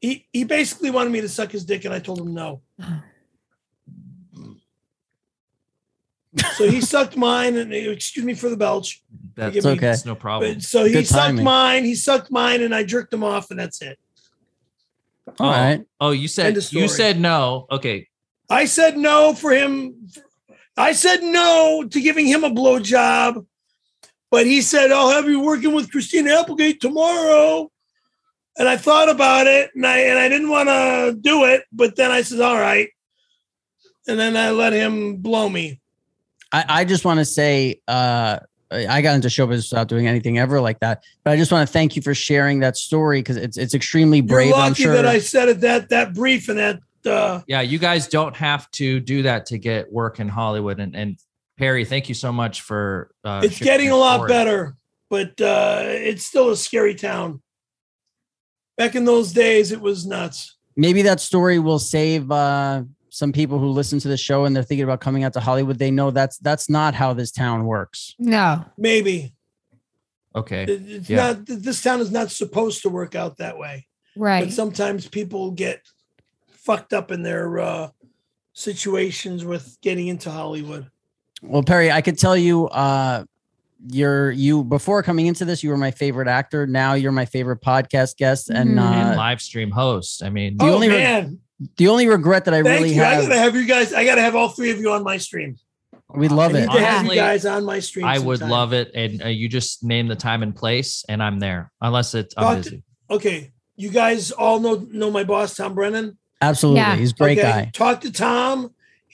He, he basically wanted me to suck his dick, and I told him no. so he sucked mine and excuse me for the belch.
That's
Forgive
okay.
me.
That's no problem.
But so he
Good
sucked
timing.
mine, he sucked mine, and I jerked him off, and that's it.
all right.
Oh, you said
End of
you
story.
said no. Okay,
I said no for him. I said no to giving him a blowjob, but he said, I'll have you working with Christina Applegate tomorrow. And I thought about it and I and I didn't want to do it, but then I said, All right. And then I let him blow me.
I, I just want to say uh, I I got into show business without doing anything ever like that. But I just want to thank you for sharing that story because it's it's extremely brave.
You're lucky
I'm sure.
that I said it that that brief and that uh
yeah, you guys don't have to do that to get work in Hollywood. And and Perry, thank you so much for. Uh,
it's
sharing
getting a
your
lot
story.
better, but uh it's still a scary town. Back in those days, it was nuts.
Maybe that story will save uh, some people who listen to the show and they're thinking about coming out to Hollywood. They know that's that's not how this town works.
no.
Maybe.
Okay,
It- It's
Yeah.
not th- this town is not supposed to work out that way.
Right.
But sometimes people get fucked up in their uh situations with getting into Hollywood.
Well, Perry, I could tell you, uh, you're you before coming into this, you were my favorite actor. Now you're my favorite podcast guest, and
Mhm.
and
uh,
live stream host. I mean,
The
oh
only re-
man,
the only regret that I
thank
really
you. I
have,
gotta have you guys. I gotta have all three of you on my stream.
we love
I
it.
need to have
Honestly,
you guys on my stream.
I would
sometime.
love it. And uh, you just name the time and place, and I'm there. Unless it's I'm
Talk to-
busy.
Okay, you guys all know know my boss Tom Brennan.
Absolutely,
Yeah.
he's a great
okay,
guy.
Talk to Tom,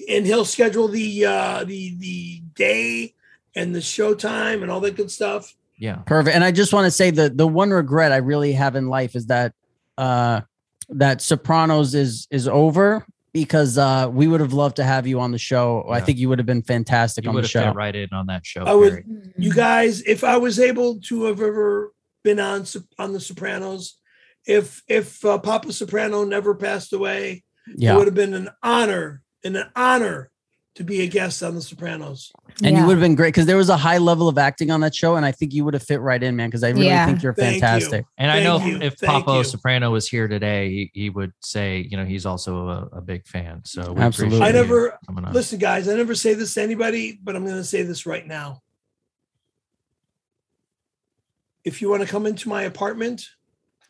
and he'll schedule the uh the the day and the show time and all that good stuff.
Yeah,
Perfect. And I just want to say the the one regret I really have in life is that uh that Sopranos is is over because uh we would have loved to have you on the show. I
Yeah.
think you would have been fantastic
you
on
would
the
have
show.
fit right in on that show.
I would-
Perry.
Hmm.
Mm-hmm.
You guys, if I was able to have ever been on Sop- on The Sopranos, if if uh, Papa Soprano never passed away, it
Yeah.
would have been an honor and an honor to be a guest on The Sopranos.
And
Yeah.
you would have been great because there was a high level of acting on that show and I think you would have fit right in, man, because I really
Yeah.
think you're
Thank you.
fantastic.
And I know
Thank you.
if
Thank
Papo
you.
Soprano was here today, he, he would say, you know, he's also a, a big fan. So we
Absolutely.
appreciate
I
you
never
coming on.
listen, guys. I never say this to anybody, but I'm going to say this right now. if you want to come into my apartment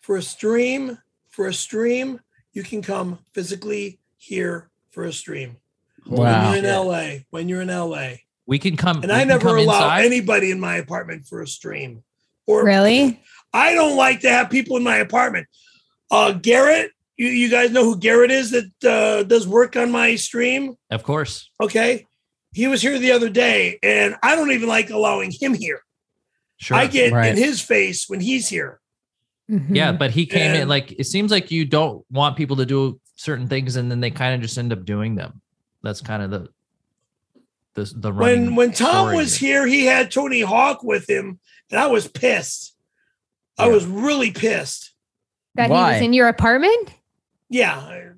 for a stream, for a stream, you can come physically here for a stream.
Wow.
When you're in LA, when you're in LA.
We can come.
And
we
I
can
never
come
allow
inside.
anybody in my apartment for a stream. Or
Really?
I don't like to have people in my apartment. Uh Garrett, you, you guys know who Garrett is that uh, does work on my stream.
Of course.
Okay. He was here the other day, and I don't even like allowing him here.
Sure.
I get
Right.
in his face when he's here.
Mhm.
yeah, but he came in
And-
like it seems like you don't want people to do certain things and then they kind of just end up doing them. That's kind of the the the running.
When when Tom
story
was
here.
here, he had Tony Hawk with him, and I was pissed. I
Yeah.
was really pissed.
That he
Why?
was in your apartment?
Yeah.
Well, I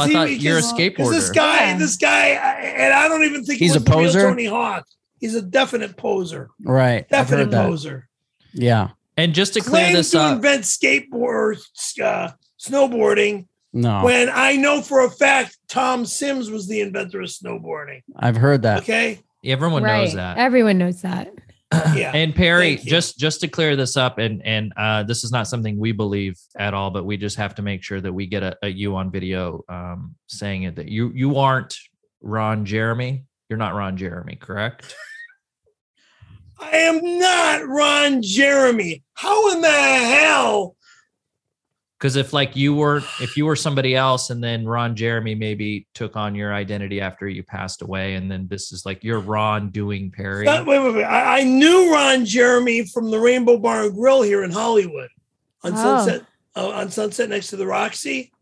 'Cause he-
thought
because-
you're a
'Cause
skateboarder.
this guy,
Yeah.
this guy, and I don't even think he
He's
was
a
the real
poser?
Tony Hawk. He's a definite poser.
Right. I've
Definite
heard that.
poser.
Yeah.
and just to clear
Claims
this
to
up,
invent skateboard, uh, snowboarding,
No,
when I know for a fact Tom Sims was the inventor of snowboarding.
I've heard that.
Okay.
everyone knows that.
Everyone knows that.
Yeah.
and Perry,
Thank you.
just just to clear this up, and and uh, this is not something we believe at all, but we just have to make sure that we get a, a you on video um, saying it that you you aren't Ron Jeremy. You're not Ron Jeremy, correct?
I am not Ron Jeremy. How in the hell?
Because if like you were if you were somebody else, and then Ron Jeremy maybe took on your identity after you passed away, and then this is like you're Ron doing Perry.
Not- wait, wait, wait. I, I knew Ron Jeremy from the Rainbow Bar and Grill here in Hollywood on
Oh.
Sunset, uh, on Sunset next to the Roxy.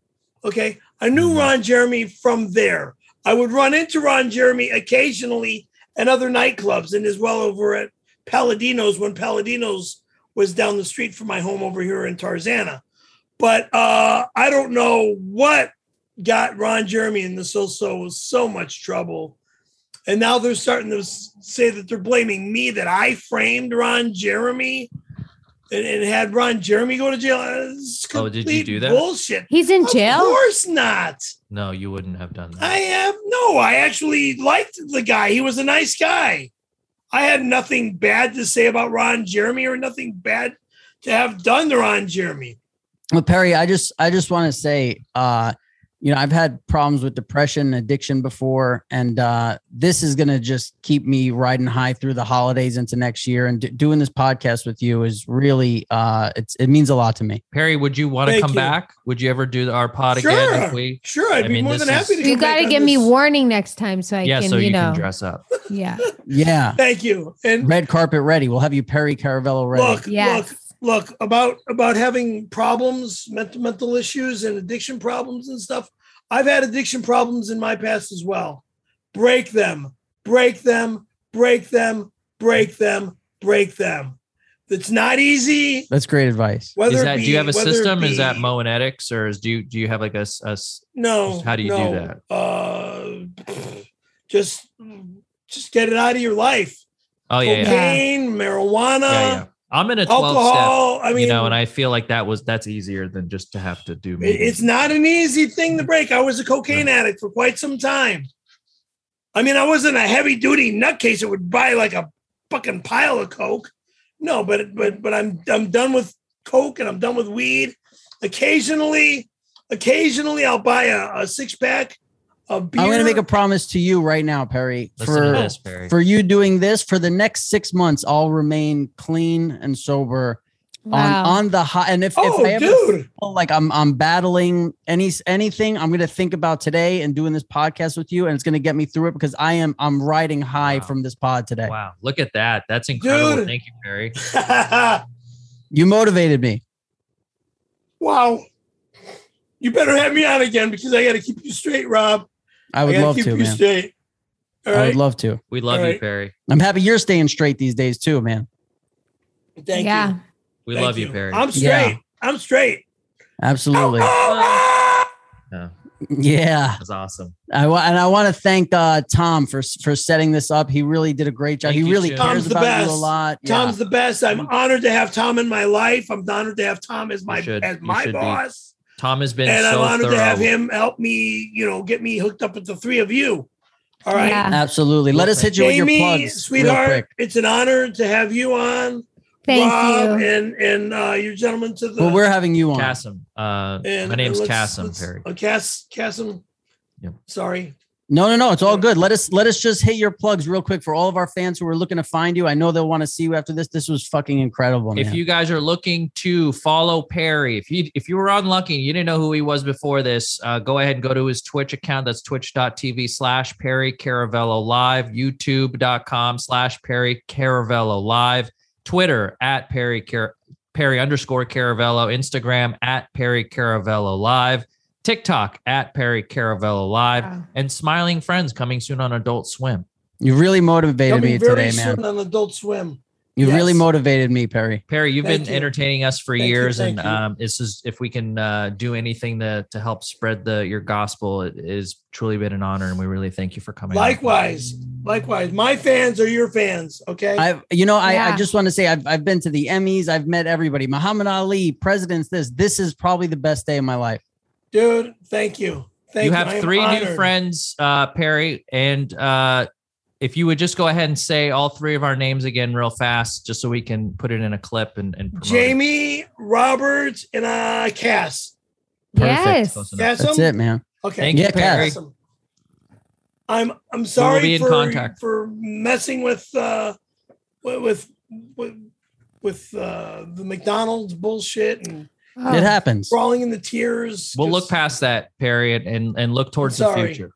Okay. I knew Ron Jeremy from there. I would run into Ron Jeremy occasionally at other nightclubs and as well over at Palladino's when Palladino's was down the street from my home over here in Tarzana. But uh, I don't know what got Ron Jeremy and the Soso so much trouble. And now they're starting to s- say that they're blaming me that I framed Ron Jeremy and, and had Ron Jeremy go to jail. Uh, It's
Oh, did you
complete
do that?
Bullshit.
He's in jail?
Of course not.
No, you wouldn't have done that.
I have no. I actually liked the guy. He was a nice guy. I had nothing bad to say about Ron Jeremy or nothing bad to have done to Ron Jeremy.
Well, Perry, I just I just want to say, uh, you know, I've had problems with depression, addiction before, and uh, this is gonna just keep me riding high through the holidays into next year. And d- doing this podcast with you is really uh, it's it means a lot to me.
Perry, would you want to
Thank
come
you.
back? Would you ever do our pod again if
Sure.
we?
Sure, I'd
I
be
mean,
more
this
than happy
is-
to.
You
come back
got to
on
give me
this.
warning next time so I
yeah,
can,
so
you,
you,
know.
can dress up.
yeah.
Yeah,
Thank you. And
red carpet ready. We'll have you Perry Caravello ready.
look,
Yes.
look, look about about having problems, mental mental issues, and addiction problems and stuff. I've had addiction problems in my past as well. Break them, break them, break them, break them, break them. That's not easy.
That's great advice.
Whether
is
it
that
be,
do you have a
whether it
system? Is that
be-
Moanetics or is do you do you have like a, s- a s-
No.
How do you do
no.
that?
Uh, just just get it out of your life.
oh yeah yeah.
Okay.
Cocaine, marijuana,
yeah yeah I'm in a twelve
alcohol. I
step
mean,
you know and I feel like that was that's easier than just to have to do
It-
meetings.
It's not an easy thing to break. I was a cocaine addict for quite some time. I mean, I wasn't a heavy duty nutcase that would buy like a fucking pile of coke. No, but but but I'm I'm done with coke and I'm done with weed. Occasionally, occasionally I'll buy a, a six pack of beer.
I'm gonna make a promise to you right now, Perry.
Listen
for
to this Perry.
for you doing this for the next six months, I'll remain clean and sober
Wow.
on on the high. And if,
oh,
if I ever
dude,
feel like I'm I'm battling any anything, I'm gonna think about today and doing this podcast with you, and it's gonna get me through it because I am I'm riding high
Wow.
from this pod today.
wow look at that that's incredible
Dude.
thank you Perry
You motivated me.
wow. You better have me on again because I got to keep you straight, Rob.
I would
gotta
love
keep
to,
you
man.
straight. All
I
right.
would love to.
we love
All
you
right.
Perry
I'm happy you're staying straight these days too, man.
Thank you.
yeah.
we
Thank
love you, Perry
I'm straight.
Yeah.
I'm straight. Oh,
Absolutely.
Yeah,
Yeah.
that's awesome
I wa- and I want to thank uh, Tom for for setting this up. He really did a great job.
Thank
he
you,
really
Jim.
cares
Tom's the
about you a
best.
lot. Yeah.
Tom's the best. I'm honored to have Tom in my life. I'm honored to have Tom as my
You should-
as
you
my
should be
boss.
Tom has been
And I'm
so
honored
thorough
to have him help me, you know, get me hooked up with the three of you. All right.
Yeah.
Absolutely. Let us hit you with your
Jamie,
plugs, real quick.
sweetheart, it's an honor to have you on.
Thank
Rob
you.
and and uh, you gentlemen to the.
Well, we're having you on.
Cassim. Uh,
and,
my name's
let's-
Cassim
let's-
Perry.
Uh, Cass Cassim.
Yep.
Sorry.
No, no, no. It's all good. Let us let us just hit your plugs real quick for all of our fans who are looking to find you. I know they'll want to see you after this. This was fucking incredible, man.
If you guys are looking to follow Perry, if you if you were unlucky, and you didn't know who he was before this, uh, go ahead and go to his Twitch account. That's twitch.tv slash Perry Caravello Live, youtube.com slash Perry Caravello Live, Twitter at Perry Car- Perry underscore Caravello, Instagram at Perry Caravello Live, TikTok at Perry Caravello Live,
Wow.
and Smiling Friends coming soon on Adult Swim.
you really motivated
Coming
me
very
today, man.
soon on Adult Swim.
You really
Yes.
motivated me, Perry.
Perry, you've
Thank
been
you.
entertaining us for
Thank you,
years,
thank
and
you.
um, this is if we can uh, do anything to to help spread the your gospel. It has truly been an honor, and we really thank you for coming. on.
Likewise, likewise, my fans are your fans. Okay.
I, you know, I, I
Yeah.
just want to say I've, I've been to the Emmys. I've met everybody. Muhammad Ali, presidents. This this is probably the best day of my life.
Dude, thank you. Thank
you
you. I
have
am
three new
honored.
friends, uh, Perry, and uh, if you would just go ahead and say all three of our names again, real fast, just so we can put it in a clip and and promote it.
Jamie, Roberts, and uh Cass.
Perfect.
Yes.
Close enough.
Cass um,
That's it, man.
Okay.
Thank
Yeah,
you, Perry.
Cass.
Awesome. I'm I'm sorry
be in
for
contact.
for messing with uh wi- with with with uh the McDonald's bullshit and
Oh,
It happens.
crawling in the tears.
We'll
Just-
look past that, Perry, and and, and look towards the
sorry.
future.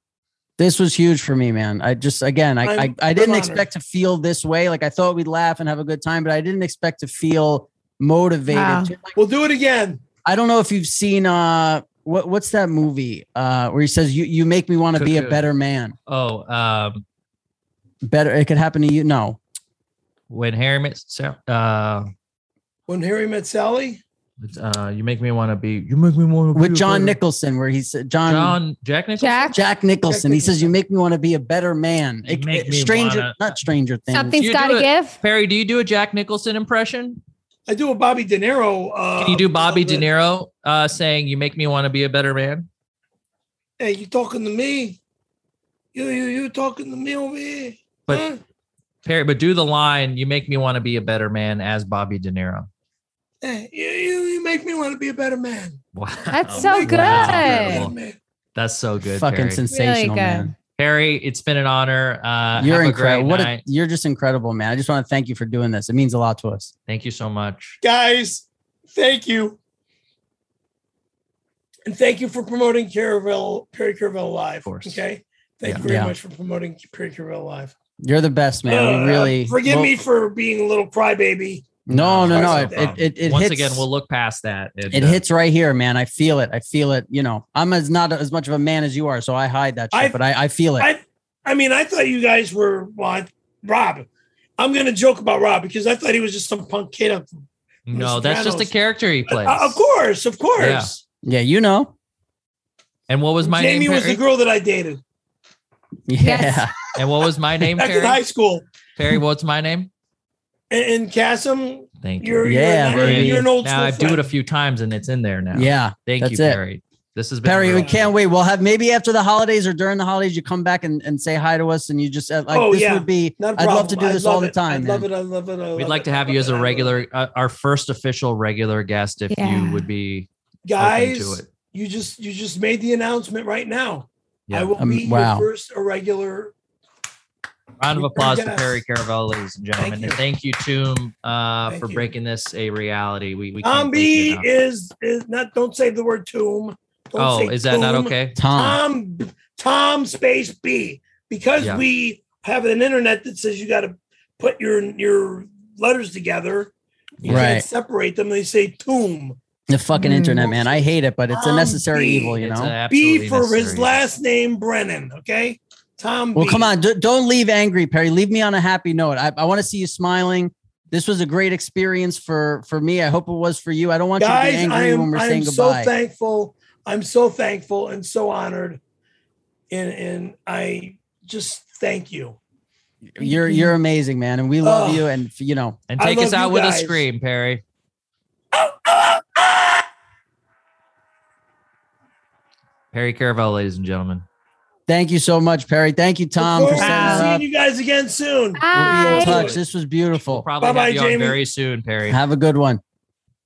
This was huge for me, man. I just again, I I,
I'm-
I
I'm
didn't
honored.
expect to feel this way. Like I thought we'd laugh and have a good time, but I didn't expect to feel motivated.
Wow.
to- like,
We'll do it again.
I don't know if you've seen uh what what's that movie uh where he says you you make me want to be a
Cocoon.
better man.
Oh, um,
Better it could happen to you. No.
when Harry met Sarah. Uh,
When Harry met Sally,
uh, you make me want to be. You make me want to be
With
a
John um,
better-
Nicholson where he said John,
John Jack Nicholson.
Jack,
Jack Nicholson. He says you make me want to be a better man.
You
It-
make
it-
me
stranger
wanna-
not stranger things.
something's
You
got
do
to
it.
give.
Perry, do you do a Jack Nicholson impression?
I do a Bobby De Niro. Uh,
Can you do Bobby
a
De
little
Niro
bit.
uh, saying "You make me want to be a better man"?
Hey, you talking to me? You you you talking to me over here?
But-
Huh?
Perry, but do the line "You make me want to be a better man" as Bobby De Niro.
Hey, you, you you make me want to be a better man.
Wow,
That's so
Make me wanna be a better
That's,
good.
incredible.
man.
That's so good,
fucking
Perry.
sensational,
Really good.
man.
Perry, it's been an honor. Uh,
you're
have a great
incredible. What a,
night.
you're just incredible, man. I just want to thank you for doing this. It means a lot to us.
Thank you so much.
Guys, thank you. And thank you for promoting Caravelle, Perry Caravelle Live. Of
course.
Okay. Thank
Yeah.
you very
Yeah.
much for promoting Perry Caravelle Live.
You're the best, man.
Uh,
we really
forgive
well,
me for being a little crybaby.
No, no, no.
No
It,
problem.
it, it, it
Uh, Once
hits,
again, we'll look past that. and,
it
uh,
hits right here, man. I feel it. I feel it. You know, I'm as not as much of a man as you are, so I hide that shit,
I-
but I, I feel it.
I I mean, I thought you guys were well, I- Rob. I'm gonna joke about Rob because I thought he was just some punk kid up
No, that's just a
Sopranos.
character he plays.
Uh, of course, of course.
Yeah.
yeah, you know.
And what was my
Jamie
name?
was
Perry?
the girl that I dated
Yeah.
Yes.
and what was my name,
back in
Perry?
high school.
Perry, what's my name?
And, and Cassim,
Thank you.
you're
Yeah,
you're, an-
baby.
you're an old
now
school
I do it
friend.
a few times and it's in there now.
Yeah.
Thank
that's
you,
it.
Perry. This has been a
Perry,
real-
we can't wait. We'll have maybe after the holidays or during the holidays, you come back and, and say hi to us and you just uh, like
Oh,
this
yeah.
would be
Not a
I'd love
problem.
to do
I
this
love
all the
it.
time.
I love
man.
it. I love it. I love
We'd
it.
like to
I
have
love
you as a
it. I love it.
regular, uh, our first official regular guest. If you
Yeah.
would be
guys.
open to it,
You just you just made the announcement right now.
yeah.
I will
Um,
be
wow.
your first irregular.
Round of applause
Yes.
to Perry Caravello, ladies and gentlemen,
Thank
and
you.
thank you, Toom, uh,
Thank
for
you.
breaking this a reality. We we can't thank you
Tomby
enough.
is is not. Don't say the word tomb. Don't
Oh,
say
is that not
tomb.
okay?
Tom.
Tom Tom space B because
Yeah.
we have an internet that says you got to put your your letters together. You
Right.
can't separate them. They say tomb.
The fucking
Mm.
internet, man. I hate it, but it's a
Tom
necessary
B.
evil, you
It's
know.
B
absolutely
for his
necessary.
last name Brennan. Okay, Tom.
Well,
B.
come on. D- don't leave angry, Perry. Leave me on a happy note. I, I want to see you smiling. This was a great experience for for me. I hope it was for you. I don't want
guys.
you to be
I
angry
am
when we're
I am
saying
so
goodbye.
thankful. I'm so thankful and so honored, and and I just thank you.
you're you're amazing, man, and we love
Ugh.
you. And you know,
And
I
take us
love you
out with a
guys.
scream, Perry. Perry Caravello, ladies and gentlemen.
Thank you so much, Perry. Thank you, Tom,
Look
for
forward to
setting
Seeing
up.
you guys again soon.
We'll be in
Bye.
Bye.
touch. This was
We'll
beautiful.
probably
Bye-bye,
have you on
Jamie.
very soon, Perry.
Have a good one.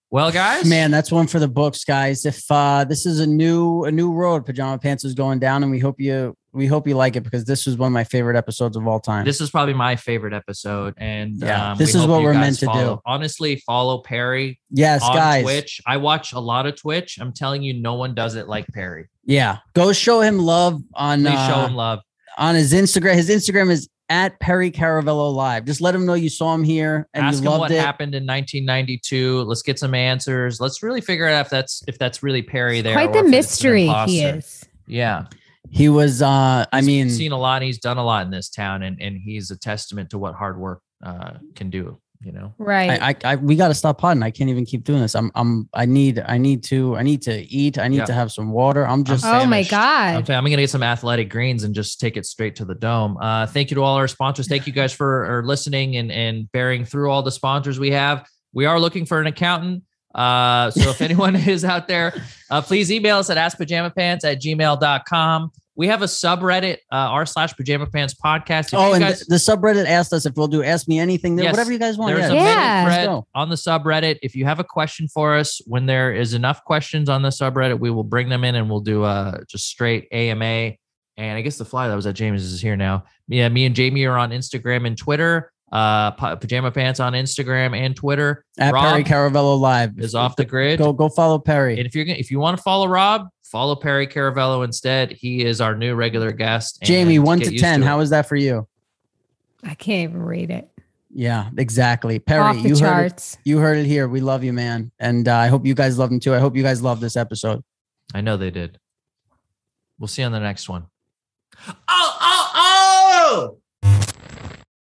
Well, guys,
Man, that's one for the books, guys. If uh, this is a new a new road, pajama pants is going down, and we hope you we hope you like it because this was one of my favorite episodes of all time.
this is probably my favorite episode, and
Yeah,
um,
this
we
is
hope
what
you
we're
guys
meant to
follow.
do.
Honestly, follow Perry
yes,
on
guys.
Twitch. I watch a lot of Twitch. I'm telling you, no one does it like Perry.
Yeah, go show him love on
Please
uh,
show him love.
on his Instagram. His Instagram is at Perry Caravello Live. Just let him know you saw him here and
Ask
you
him
loved
what
it.
happened in 1992. Let's get some answers. Let's really figure out if that's if that's really Perry there.
Quite
or
the
if it's an
mystery he
imposter.
is.
Yeah,
He was. uh I mean,
seen a lot. He's done a lot in this town, and and he's a testament to what hard work uh, can do. You know.
Right.
I, I, I we got to stop potting. I can't even keep doing this. I'm, I'm, I need, I need to, I need to eat. I need
Yeah.
to have some water. I'm just.
oh my
famished.
I'm,
God.
saying I'm going to get some athletic greens and just take it straight to the dome. Uh, thank you to all our sponsors. Thank you guys for, for listening and, and bearing through all the sponsors we have. We are looking for an accountant. Uh, so if anyone is out there, uh, please email us at askpajamapants at gmail.com. We have a subreddit, uh, r slash pajama pants podcast. If
Oh,
you
and
guys-
the, the subreddit asked us if we'll do ask me anything.
Yes,
whatever you guys want.
there's a
Yeah.
minute
Yeah.
Let's
thread
go.
on the subreddit. If you have a question for us, when there is enough questions on the subreddit, we will bring them in and we'll do uh just straight AMA. And I guess the flyer that was at James is here now. Yeah, me and Jamie are on Instagram and Twitter. Uh, pa- pajama pants on Instagram and Twitter.
At
Rob
Perry Caravello Live
is off the grid.
Go, go follow Perry.
And if you're gonna, if you want to follow Rob, follow Perry Caravello instead. He is our new regular guest. and
Jamie, one
get
to
used
ten.
it.
How is that for you?
I can't even read it.
Yeah, exactly. Perry,
Off the
you heard it.
charts.
You heard it here. We love you, man, and uh, I hope you guys love him too. I hope you guys love this episode.
I know they did. We'll see you on the next one. Oh, oh, oh!